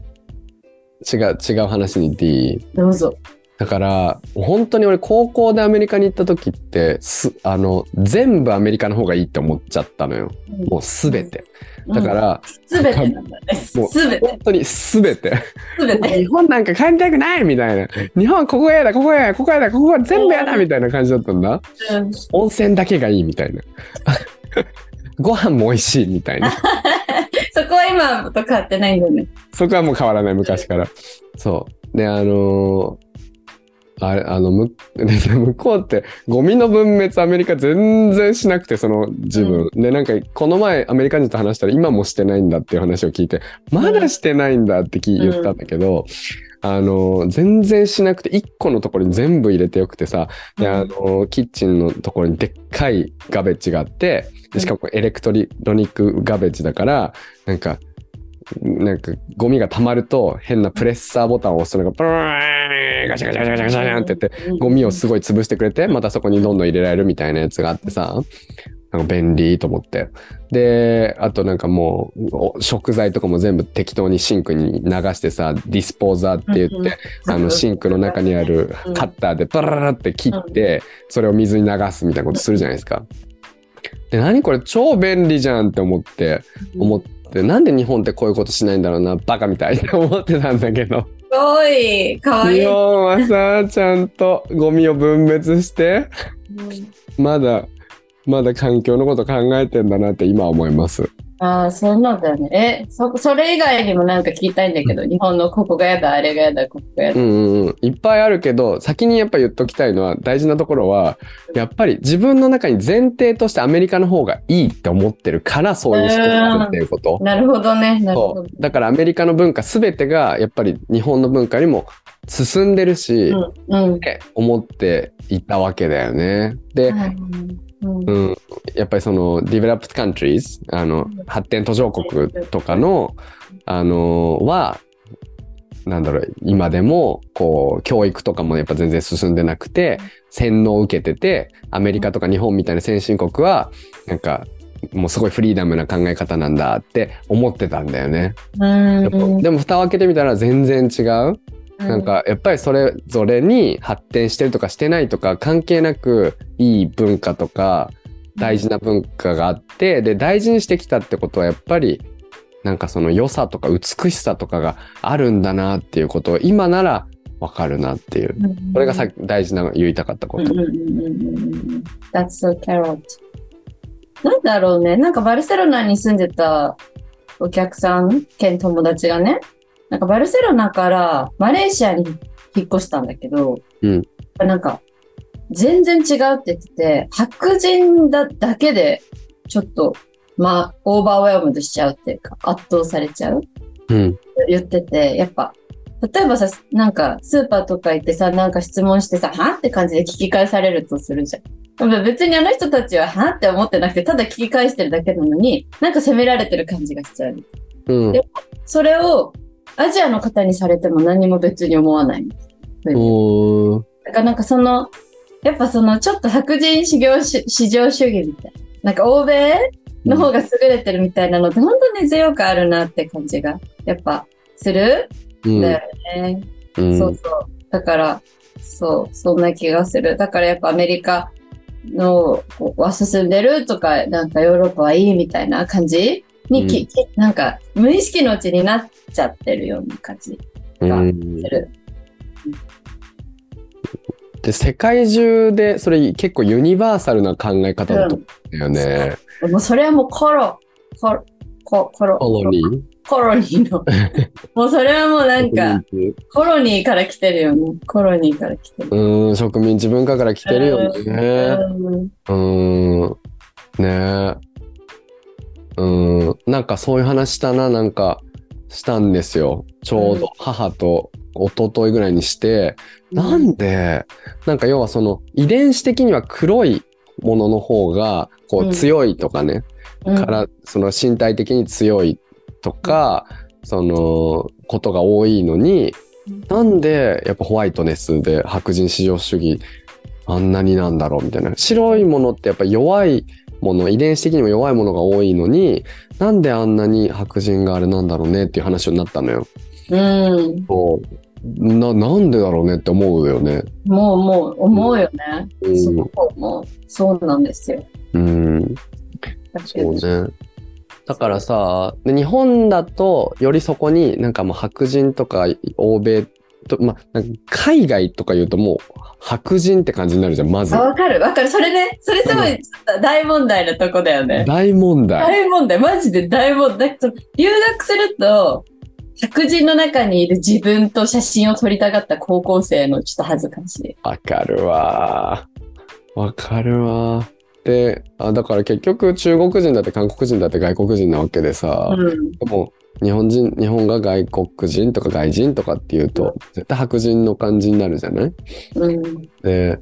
Speaker 1: 違う違う話に D
Speaker 2: どうぞ。
Speaker 1: だから本当に俺高校でアメリカに行った時ってすあの全部アメリカの方がいいって思っちゃったのよもう全てだか
Speaker 2: うん、
Speaker 1: ら
Speaker 2: すべてなんだね。す
Speaker 1: もう
Speaker 2: べて、
Speaker 1: 本当に全て
Speaker 2: すべて。
Speaker 1: 日本なんか帰りたくないみたいな日本ここやだここやだここやだここは全部やだみたいな感じだったんだ
Speaker 2: うん
Speaker 1: 温泉だけがいいみたいな ご飯も美味しいみたいな
Speaker 2: そこは今と変わってないんだよね。
Speaker 1: そこはもう変わらない昔からそうであのーあれあのむ 向こうってゴミの分別アメリカ全然しなくてその自分、でなんかこの前アメリカ人と話したら今もしてないんだっていう話を聞いてまだしてないんだって聞い
Speaker 2: うん
Speaker 1: 言ったんだけど、あのー全然しなくて1個のところに全部入れてよくてさであのーキッチンのところにでっかいガベッジがあってでしかもこれエレクトリロニックガベッジだからなんかなんかゴミが溜まると変なプレッサーボタンを押すのがブーンガシャガシャガシャガシャガシャンって言ってゴミをすごい潰してくれてまたそこにどんどん入れられるみたいなやつがあってさなんか便利と思ってであとなんかもうお食材とかも全部適当にシンクに流してさディスポーザーって言
Speaker 2: う
Speaker 1: っ
Speaker 2: んう
Speaker 1: てあのシンクの中にある
Speaker 2: うん
Speaker 1: カッターでパラララって切ってそれを水に流すみたいなことするじゃないですか。で何これ超便利じゃんって思って思ってなんで日本ってこういうことしないんだろうなバカみたいって思ってたんだけ ど
Speaker 2: すごい、かわい
Speaker 1: 日
Speaker 2: い。
Speaker 1: 本はさちゃんとゴミを分別してまだまだ環境のこと考えてんだなって今思います
Speaker 2: ああ、そうなんだね。え、そ、それ以外にもなんか聞きたいんだけど、日本のここがやだ、あれがやだ、ここがや
Speaker 1: う
Speaker 2: だ。
Speaker 1: んうんうんいっぱいあるけど先にやっぱ言っときたいのは大事なところはやっぱり自分の中に前提としてアメリカの方がいいって思ってるからそういう人になるっていうこと
Speaker 2: なるほどね、なるほ
Speaker 1: そ
Speaker 2: ど
Speaker 1: う。だからアメリカの文化全てがやっぱり日本の文化にも進んでるし、
Speaker 2: うん。うん。
Speaker 1: って思っていたわけだよね。で、
Speaker 2: うん
Speaker 1: うん、やっぱりそのディベロップ d countries あの
Speaker 2: うん
Speaker 1: 発展途上国とかのあのはなんだろう今でもこう教育とかもやっぱ全然進んでなくて洗脳を受けててアメリカとか日本みたいな先進国はなんかもうすごいフリーダムな考え方なんだって思ってたんだよね。
Speaker 2: うん
Speaker 1: やっぱでも蓋を開けてみたら全然違う。なん、かやっぱりそれぞれに発展してるとかしてないとか関係なくいい文化とか大事な文化があってで大事にしてきたってことはやっぱりなんかその良さとか美しさとかがあるんだなっていうことを今ならわかるなっていう
Speaker 2: うん
Speaker 1: これがさ大事な言いたかったこ
Speaker 2: うん
Speaker 1: と
Speaker 2: うん。うんうんうん That's so carrot. なんだろうね。なんかバルセロナに住んでたお客さん兼友達がね、なんかバルセロナからマレーシアに引っ越したんだけど、
Speaker 1: うん
Speaker 2: なんか全然違うって言ってて、白人だだけでちょっと、まあ、オーバーウェルムドしちゃうっていうか、圧倒されちゃう。
Speaker 1: うん
Speaker 2: 言ってて、やっぱ、例えばさ、なんか、スーパーとか行ってさ、なんか質問してさ、はって感じで聞き返されるとするじゃん。でも別にあの人たちは、はって思ってなくて、ただ聞き返してるだけなのに、なんか責められてる感じがしちゃう。
Speaker 1: うん
Speaker 2: でそれを、アジアの方にされても何も別に思わない。
Speaker 1: おー
Speaker 2: だからなんかその、やっぱその、ちょっと白人至上主至上主義みたいな。なんか欧米の方が優れてるみたいなのって、本当に強くあるなって感じが、やっぱ、する
Speaker 1: うん
Speaker 2: んだよね。
Speaker 1: うん
Speaker 2: そうそう。だから、そう、そんな気がする。だからやっぱアメリカのこうは進んでるとか、なんかヨーロッパはいいみたいな感じにき、
Speaker 1: うん
Speaker 2: きなんか無意識のうちになっちゃってるような感じ
Speaker 1: うん
Speaker 2: する。
Speaker 1: で世界中でそれ結構ユニバーサルな考え方だと思うんだよね。
Speaker 2: もうそれはもうコロ、コロ、ココロ、
Speaker 1: コロニー
Speaker 2: コロニ ーの。もうそれはもうなんか、コロニーから来てるよね。コロニーから来てる。
Speaker 1: うーん、植民地文化から来てるよね。
Speaker 2: うん
Speaker 1: うーん、ねえ。うーん、なんかそういう話したな、なんかしたんですよ。ちょう
Speaker 2: うん
Speaker 1: ど母と一昨日ぐらいにして、なんで、なんか要はその遺伝子的には黒いものの方がこ
Speaker 2: うん
Speaker 1: う強いとかね、
Speaker 2: うん
Speaker 1: からその身体的に強いとか、そのことが多いのに
Speaker 2: うん
Speaker 1: なんでやっぱホワイトネスで白人至上主義あんなになんだろうみたいな白いものってやっぱ弱いもの遺伝子的にも弱いものが多いのになんであんなに白人があれなんだろうねっていう話になったのよ。
Speaker 2: うん。
Speaker 1: そうななんでだろうねって思うよね。
Speaker 2: もうもう思うよね。す
Speaker 1: うん
Speaker 2: ごく思う。そうなんですよ。
Speaker 1: うん、
Speaker 2: だけ
Speaker 1: そ
Speaker 2: ど
Speaker 1: うね。だからさ、で日本だとよりそこになんかもう白人とか欧米と、まあ、なんか海外とか言うともう白人って感じになるじゃん、まず
Speaker 2: あ、。わかるわかる。それね、それすごいちょっと大問題なとこだよね。
Speaker 1: 大問題。
Speaker 2: 大問題、マジで大問題。その留学すると、白人の中にいる自分と写真を撮りたがった高校生のちょっと恥ずかしい。
Speaker 1: わかるわ。わかるわ。であ、だから結局中国人だって韓国人だって外国人なわけでさ。
Speaker 2: うん。
Speaker 1: でも日本人日本が外国人とか外人とかっていうと絶対白人の感じになるじゃない
Speaker 2: うん。
Speaker 1: で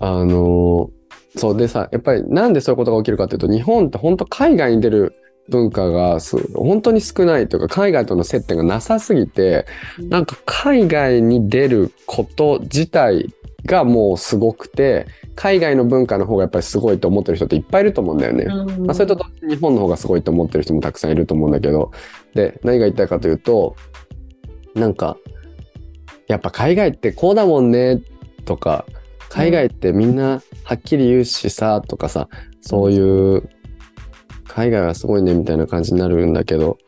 Speaker 1: あのそうでさやっぱりなんでそういうことが起きるかっていうと日本って本当海外に出る文化がす本当に少ないというか海外との接点がなさすぎて
Speaker 2: うん
Speaker 1: なんか海外に出ること自体がもうすごくて海外の文化の方がやっぱりすごいと思ってる人っていっぱいいると思うんだよね。
Speaker 2: うん
Speaker 1: まあ、それと同時に日本の方がすごいと思ってる人もたくさんいると思うんだけどで何が言いたいかというとなんかやっぱ海外ってこうだもんねとか海外ってみんなはっきり言うしさとかさそういう海外はすごいねみたいな感じになるんだけど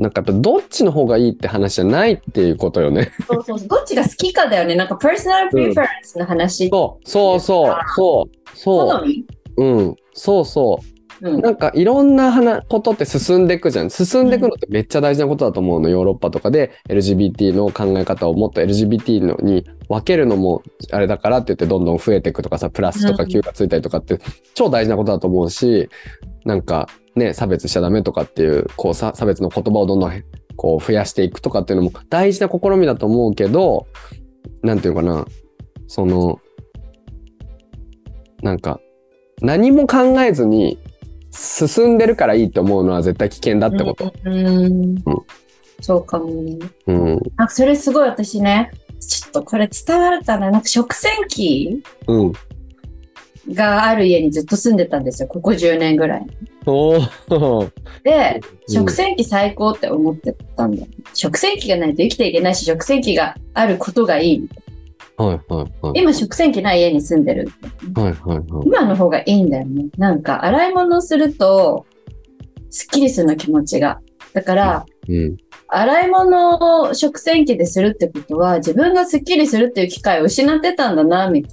Speaker 1: なんかやっぱどっちの方がいいって話じゃないっていうことよね。
Speaker 2: そうそうそう。どっちが好きかだよね。なんか、パーソナルプリフェレンスの話。
Speaker 1: そうそうそうそうそ
Speaker 2: 好
Speaker 1: う
Speaker 2: み
Speaker 1: うんそうそう
Speaker 2: うん。
Speaker 1: なんかいろんな話ことって進んでいくじゃん。進んでいくのってめっちゃ大事なことだと思うの。ヨーロッパとかで LGBT の考え方をもっと LGBT のに分けるのもあれだからって言ってどんどん増えていくとかさ、プラスとか
Speaker 2: うん
Speaker 1: Q がついたりとかって超大事なことだと思うし、なんかね、差別しちゃダメとかっていう、こうさ差別の言葉をどんどんこう増やしていくとかっていうのも大事な試みだと思うけど、なんていうかな、その、なんか何も考えずに進んでるからいいと思うのは絶対危険だってこと。
Speaker 2: うん。そうかもね。
Speaker 1: うん。
Speaker 2: なんか、それすごい私ね、ちょっとこれ伝わるかななんか、食洗機
Speaker 1: うん。
Speaker 2: がある家にずっと住んでたんですよ。ここ10年ぐらい。
Speaker 1: おお。
Speaker 2: で、
Speaker 1: うん
Speaker 2: 食洗機最高って思ってたんだよ。食洗機がないと生きていけないし、食洗機があることがいい。
Speaker 1: はいはいはい。
Speaker 2: 今、食洗機ない家に住んでる。
Speaker 1: はいはいはい。
Speaker 2: 今の方がいいんだよね。なんか、洗い物すると、すっきりするの気持ちが。だから、
Speaker 1: うん。
Speaker 2: 洗い物を食洗機でするってことは、自分がすっきりするっていう機会を失ってたんだな、みたい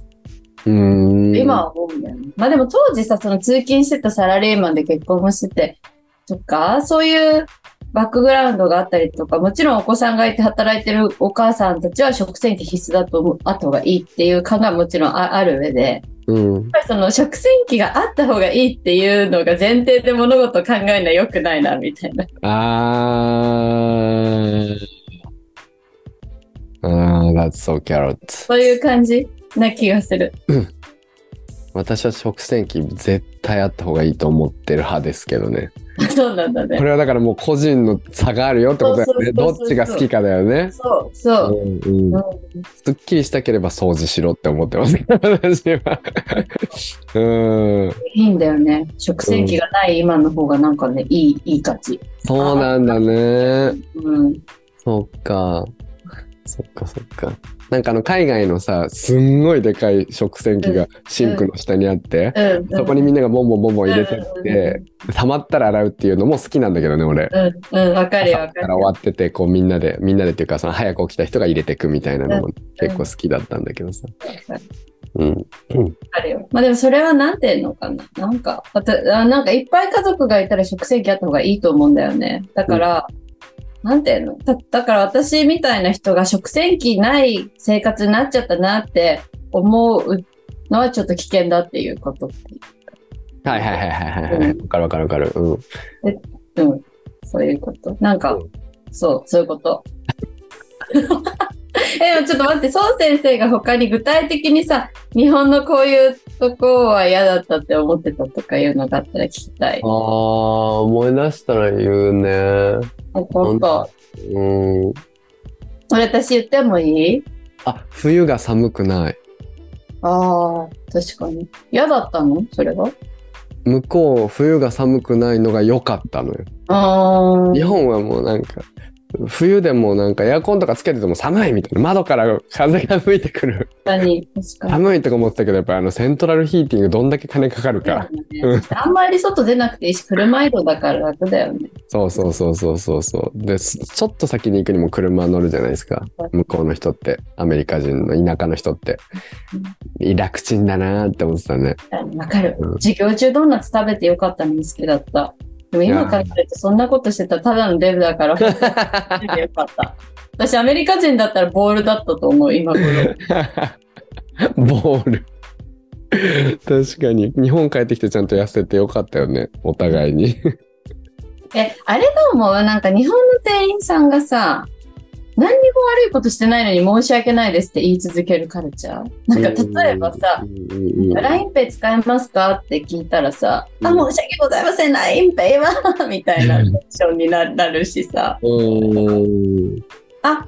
Speaker 2: う
Speaker 1: ーん。
Speaker 2: な。今。は思うんだよね。まあでも当時さ、その通勤してたサラリーマンで結婚もしてて、とか、そういうバックグラウンドがあったりとか、もちろんお子さんがいて働いてるお母さんたちは食洗機必須だと思う、あった方がいいっていう考えももちろんあある上で、
Speaker 1: うん。
Speaker 2: やっぱりその食洗機があった方がいいっていうのが前提で物事を考えるのは良くないなみたい な。
Speaker 1: あー。あー、that's so carrot.
Speaker 2: そういう感じな気がする。
Speaker 1: 私は食洗機絶対あった方がいいと思ってる派ですけどね。
Speaker 2: そうなん だ
Speaker 1: こ
Speaker 2: ね。
Speaker 1: れはだからもう個人の差があるよってことだよね。
Speaker 2: そ
Speaker 1: ど
Speaker 2: う
Speaker 1: っ
Speaker 2: そうそうそう
Speaker 1: ちが好きかだよね。
Speaker 2: そう、そう。
Speaker 1: うんうんすっきりしたければ掃除しろって思ってます。私 は。うん。
Speaker 2: いいんだよね。食洗機がない今の方がなんかね、いい、いい感じ。
Speaker 1: そうなんだ ね。
Speaker 2: うん。
Speaker 1: そっか。そっかそっか。なんかあの海外のさ、すんごいでかい食洗機がシンクの下にあって、
Speaker 2: うん。
Speaker 1: そこにみんながボンボンボンボン入れて
Speaker 2: うん
Speaker 1: って、溜まったら洗うっていうのも好きなんだけどね、俺。
Speaker 2: うん、うん、わかるよ、
Speaker 1: 朝
Speaker 2: わ
Speaker 1: か
Speaker 2: か
Speaker 1: ら
Speaker 2: る
Speaker 1: 終
Speaker 2: よ。
Speaker 1: わってて、こうみんなで、みんなでっていうか、その早く起きた人が入れてくみたいなのも結構好きだったんだけどさ。うん。
Speaker 2: わかるよ。まあでもそれはなんていうのかな。なんか、わたあなんかいっぱい家族がいたら食洗機あった方がいいと思うんだよね。だから、なんていうのだだから私みたいな人が食洗機ない生活になっちゃったなって思うのはちょっと危険だっていうこと。
Speaker 1: はいはいはいはいはいはい。わかるわかるわかる。うん。
Speaker 2: うん。そういうこと。なんか、
Speaker 1: うん
Speaker 2: そう、そういうこと。 え、でもちょっと待って、宋先生が他に具体的にさ、日本のこういうとこは嫌だったって思ってたとかいうのがあったら聞きたい
Speaker 1: あ。あ、思い出したら言うね。
Speaker 2: あ本当。
Speaker 1: うん。
Speaker 2: それ私言ってもいい
Speaker 1: あ、冬が寒くない。
Speaker 2: ああ、確かに。嫌だったのそれが。
Speaker 1: 向こう、冬が寒くないのが良かったのよ。
Speaker 2: ああ。
Speaker 1: 日本はもうなんか、冬でもなんかエアコンとかつけてても寒いみたいな窓から風が吹いてくる
Speaker 2: 確かに、確かに。
Speaker 1: 寒いとか思ってたけどやっぱりあのセントラルヒーティングどんだけ金かかるかう
Speaker 2: あんまり外出なくていいし、車移動だから楽だよね。
Speaker 1: そうそうそうそうそうそうですちょっと先に行くにも車乗るじゃないですか向こうの人ってアメリカ人の田舎の人って楽ちんだなーって思ってたね
Speaker 2: わかる
Speaker 1: うん。
Speaker 2: 授業中ドーナツ食べてよかったのに好きだった。でも
Speaker 1: い
Speaker 2: 今
Speaker 1: や
Speaker 2: 考えるとそんなことしてたらただのデブだから、本当によかった。 私アメリカ人だったらボールだったと思う、今 頃。
Speaker 1: ボール。確かに。日本帰ってきてちゃんと痩せてよかったよね。お互いに。
Speaker 2: え、あれだもん、なんか日本の店員さんがさ、何にも悪いことしてないのに申し訳ないですって言い続けるカルチャー。なんか例えばさ
Speaker 1: う、んうんうん、
Speaker 2: LINEPay 使えますかって聞いたらさ、
Speaker 1: うん
Speaker 2: あ、申し訳ございません、LINEPay は みたいなテンションにななるしさ、
Speaker 1: うん
Speaker 2: あ、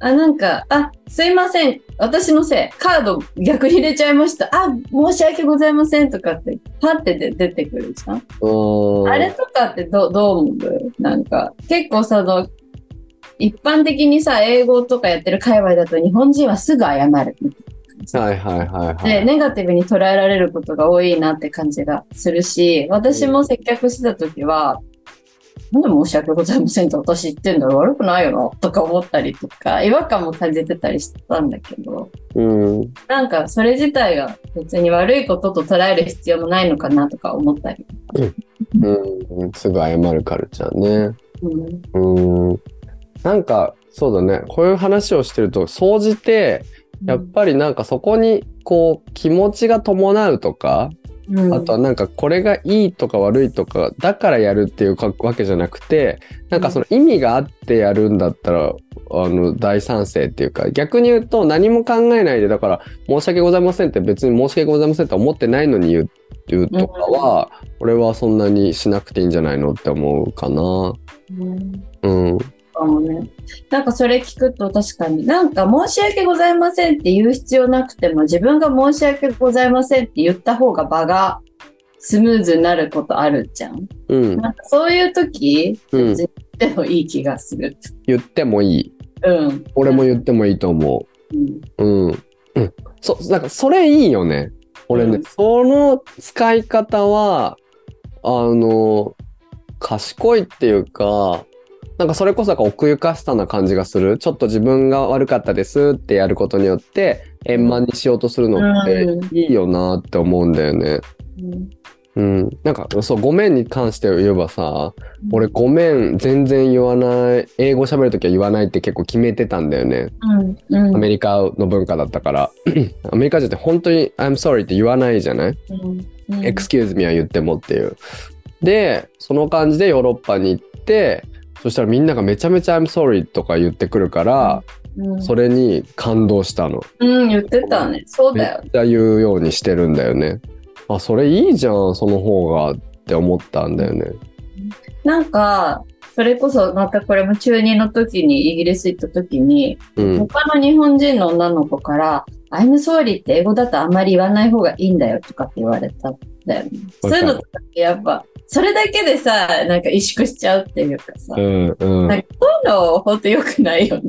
Speaker 2: あ、なんか、あ、すいません、私のせい、カード逆に入れちゃいました、あ、申し訳ございませんとかって、パってで出てくるじゃん。
Speaker 1: うん
Speaker 2: あれとかってどどう思うなんか、結構その、一般的にさ、英語とかやってる界隈だと日本人はすぐ謝る。
Speaker 1: はいはいはいはい。
Speaker 2: で、ネガティブに捉えられることが多いなって感じがするし、私も接客してた時は、なんで申し訳ございませんって私言ってんだろ悪くないよなとか思ったりとか、違和感も感じてたりしたんだけど、
Speaker 1: うん。
Speaker 2: なんかそれ自体が別に悪いことと捉える必要もないのかなとか思ったり。
Speaker 1: うん。すぐ謝るカルチャーね。
Speaker 2: うん。
Speaker 1: うん。なんか、そうだね。こういう話をしてると、総じて、やっぱりなんかそこに、こう、気持ちが伴うとか、
Speaker 2: うん
Speaker 1: あとはなんかこれがいいとか悪いとかだからやるっていうかわけじゃなくてなんかその意味があってやるんだったらあの大賛成っていうか逆に言うと何も考えないでだから「申し訳ございません」って別に「申し訳ございません」って思ってないのに言う言うとかは俺はそんなにしなくていいんじゃないのって思うかな。
Speaker 2: うん
Speaker 1: うん、
Speaker 2: かもね。なんかそれ聞くと確かに、なんか申し訳ございませんって言う必要なくても、自分が申し訳ございませんって言った方が場がスムーズになることあるじゃん。
Speaker 1: うん、
Speaker 2: なんかそういう時
Speaker 1: うん
Speaker 2: ぜでもいい気がする。
Speaker 1: 言ってもいい
Speaker 2: うん。
Speaker 1: 俺も言ってもいいと思う。
Speaker 2: うん。
Speaker 1: うん。うん。そ、なんか、それいいよね。俺ね、
Speaker 2: うん
Speaker 1: その使い方は、あの、賢いっていうか、なんかそれこそなんか奥ゆかしさな感じがする。ちょっと自分が悪かったですってやることによって、円満にしようとするのって
Speaker 2: う
Speaker 1: いいよなって思うんだよね。
Speaker 2: うん
Speaker 1: うん。なんか、そう、ごめんに関して言えばさ、俺、ごめん全然言わない、英語喋るときは言わないって結構決めてたんだよね。
Speaker 2: うん。うん。
Speaker 1: アメリカの文化だったから、 アメリカ人って本当に「I'm sorry」って言わないじゃない、
Speaker 2: うん。
Speaker 1: ?Excuse me は言ってもっていう。で、その感じでヨーロッパに行って、そしたらみんながめちゃめちゃ「I'm sorry」とか言ってくるから、
Speaker 2: うん
Speaker 1: それに感動したの。
Speaker 2: うん、言ってたね。そう
Speaker 1: め
Speaker 2: だよ。
Speaker 1: っちゃ言うようにしてるんだよね。あ、それいいじゃん、その方がって思ったんだよね。
Speaker 2: なんか、それこそまたこれも中2の時にイギリス行った時に、
Speaker 1: うん。
Speaker 2: 他の日本人の女の子から、I'm sorry って英語だとあまり言わない方がいいんだよとかって言われたんだよね。そういうのとかってやっぱ、それだけでさ、なんか萎縮しちゃうっていうかさ、
Speaker 1: う
Speaker 2: そうん
Speaker 1: うん。
Speaker 2: なんいうのほんと良くないよね。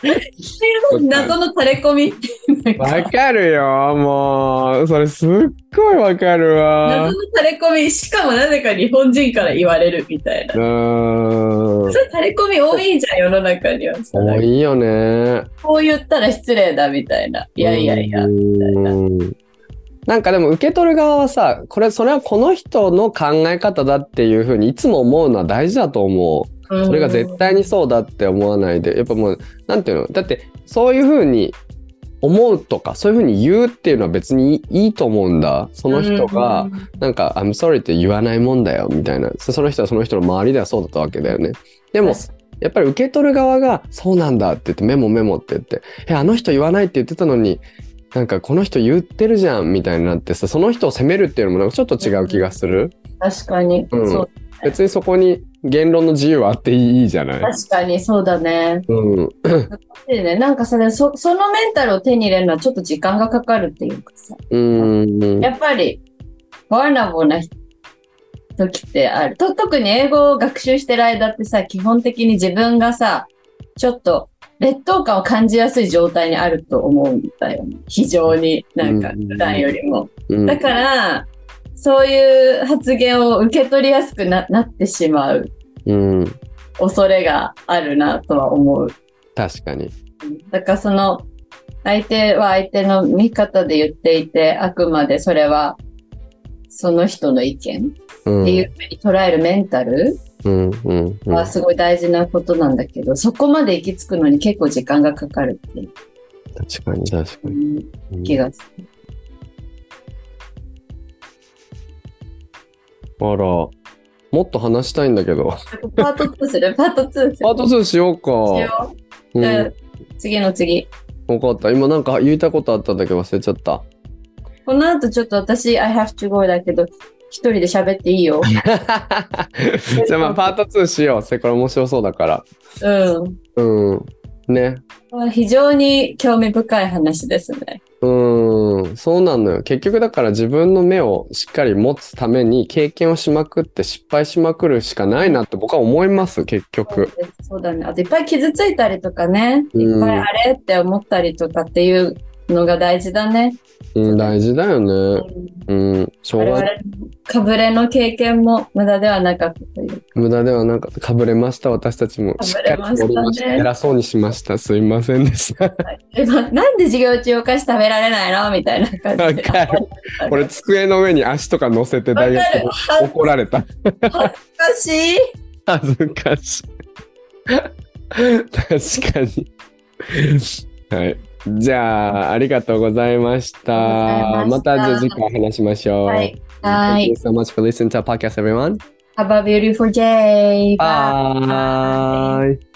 Speaker 2: そういう 謎の垂れ込みっていうの
Speaker 1: わ
Speaker 2: が
Speaker 1: かるよ、もう。それすっごいわかるわ。
Speaker 2: 謎の垂れ込み、しかもなぜか日本人から言われるみたいな。
Speaker 1: うーん
Speaker 2: そ。れ垂れ込み多いじゃん、世の中には。
Speaker 1: 多いよね。
Speaker 2: こう言ったら失礼だみたいな。いやいやいや。
Speaker 1: うーんなんかでも受け取る側はさ、これ、それはこの人の考え方だっていうふうにいつも思うのは大事だと思う。それが絶対にそうだって思わないで、やっぱもう、なんていうのだって、そういうふうに思うとか、そういうふうに言うっていうのは別にいいいいと思うんだ。そ
Speaker 2: こ
Speaker 1: の人が、なんか、I'm sorry って言わないもんだよ、みたいな。そその人はその人の周りではそうだったわけだよね。でも、やっぱり受け取る側が「そうなんだ」って言って「メモメモ」って言って「えあの人言わない」って言ってたのになんかこの人言ってるじゃんみたいになってさその人を責めるっていうのもなんかちょっと違う気がする
Speaker 2: 確かに、
Speaker 1: うん
Speaker 2: そう
Speaker 1: 別にそこに言論の自由はあっていいじゃない、
Speaker 2: 確かにそうだね。
Speaker 1: うん、
Speaker 2: でね、なんかそれそそのメンタルを手に入れるのはちょっと時間がかかるっていうかさ、
Speaker 1: うん
Speaker 2: やっぱり、ワーナボーな人時ってある。と、特に英語を学習してる間ってさ、基本的に自分がさ、ちょっと劣等感を感じやすい状態にあると思うんだよね。非常に、なんか
Speaker 1: うん
Speaker 2: 普段よりも。
Speaker 1: うん
Speaker 2: だから、そういう発言を受け取りやすくななってしまう
Speaker 1: うん、
Speaker 2: 恐れがあるなとは思う。
Speaker 1: 確かに。
Speaker 2: だからその相手は相手の見方で言っていてあくまでそれはその人の意見っ
Speaker 1: うん、
Speaker 2: ていうふうに捉えるメンタル
Speaker 1: うんうんうん
Speaker 2: はすごい大事なことなんだけど、そこまで行き着くのに結構時間がかかるってい
Speaker 1: 確かに確かに。
Speaker 2: う
Speaker 1: うん
Speaker 2: 気がする。
Speaker 1: あら、もっと話したいんだけど。
Speaker 2: パート2するパート2する
Speaker 1: パート2しようか。
Speaker 2: しよ
Speaker 1: う
Speaker 2: うじゃあ
Speaker 1: ん、
Speaker 2: 次の次。
Speaker 1: 分かった。今なんか言いたことあったんだけど忘れちゃ った。
Speaker 2: この後ちょっと私、I have to go だけど、一人で喋っていい よ。
Speaker 1: じゃあまあパート2しよう。それから面白そうだから。
Speaker 2: うん。
Speaker 1: うん。ね。
Speaker 2: まあ非常に興味深い話ですね。
Speaker 1: うん。そうなのよ。結局だから自分の目をしっかり持つために経験をしまくって失敗しまくるしかないなって僕は思います。結
Speaker 2: そう
Speaker 1: 局。
Speaker 2: ですそうだね。あといっぱい傷ついたりとかね、
Speaker 1: うん
Speaker 2: いっぱいあれって思ったりとかっていうのが大事だね。
Speaker 1: うん、大事だよね。
Speaker 2: うん
Speaker 1: うん。しょ
Speaker 2: 我
Speaker 1: う
Speaker 2: 々
Speaker 1: が
Speaker 2: のかぶれの経験も無駄ではなかったという。
Speaker 1: 無駄ではなんかったかぶれました。私たちもしっかり
Speaker 2: かぶれましたね
Speaker 1: 偉そうにしました。すいませんでした。
Speaker 2: えまなんで授業中お菓子食べられないのみたいな感 じで。
Speaker 1: わかるこれ机の上に足とか乗せて
Speaker 2: わか
Speaker 1: 大
Speaker 2: る。
Speaker 1: 学に
Speaker 2: 恥ず
Speaker 1: 怒られた。
Speaker 2: かしい。
Speaker 1: 恥ずかしい。確かに。はい。じゃあ、ありがとうございました。ま
Speaker 2: あ
Speaker 1: た
Speaker 2: りがとうございました
Speaker 1: じゃあ次回話しましょう。
Speaker 2: はい。は
Speaker 1: Thank
Speaker 2: い
Speaker 1: you。so much for listening to our podcast, everyone.
Speaker 2: Have a beautiful day.
Speaker 1: Bye.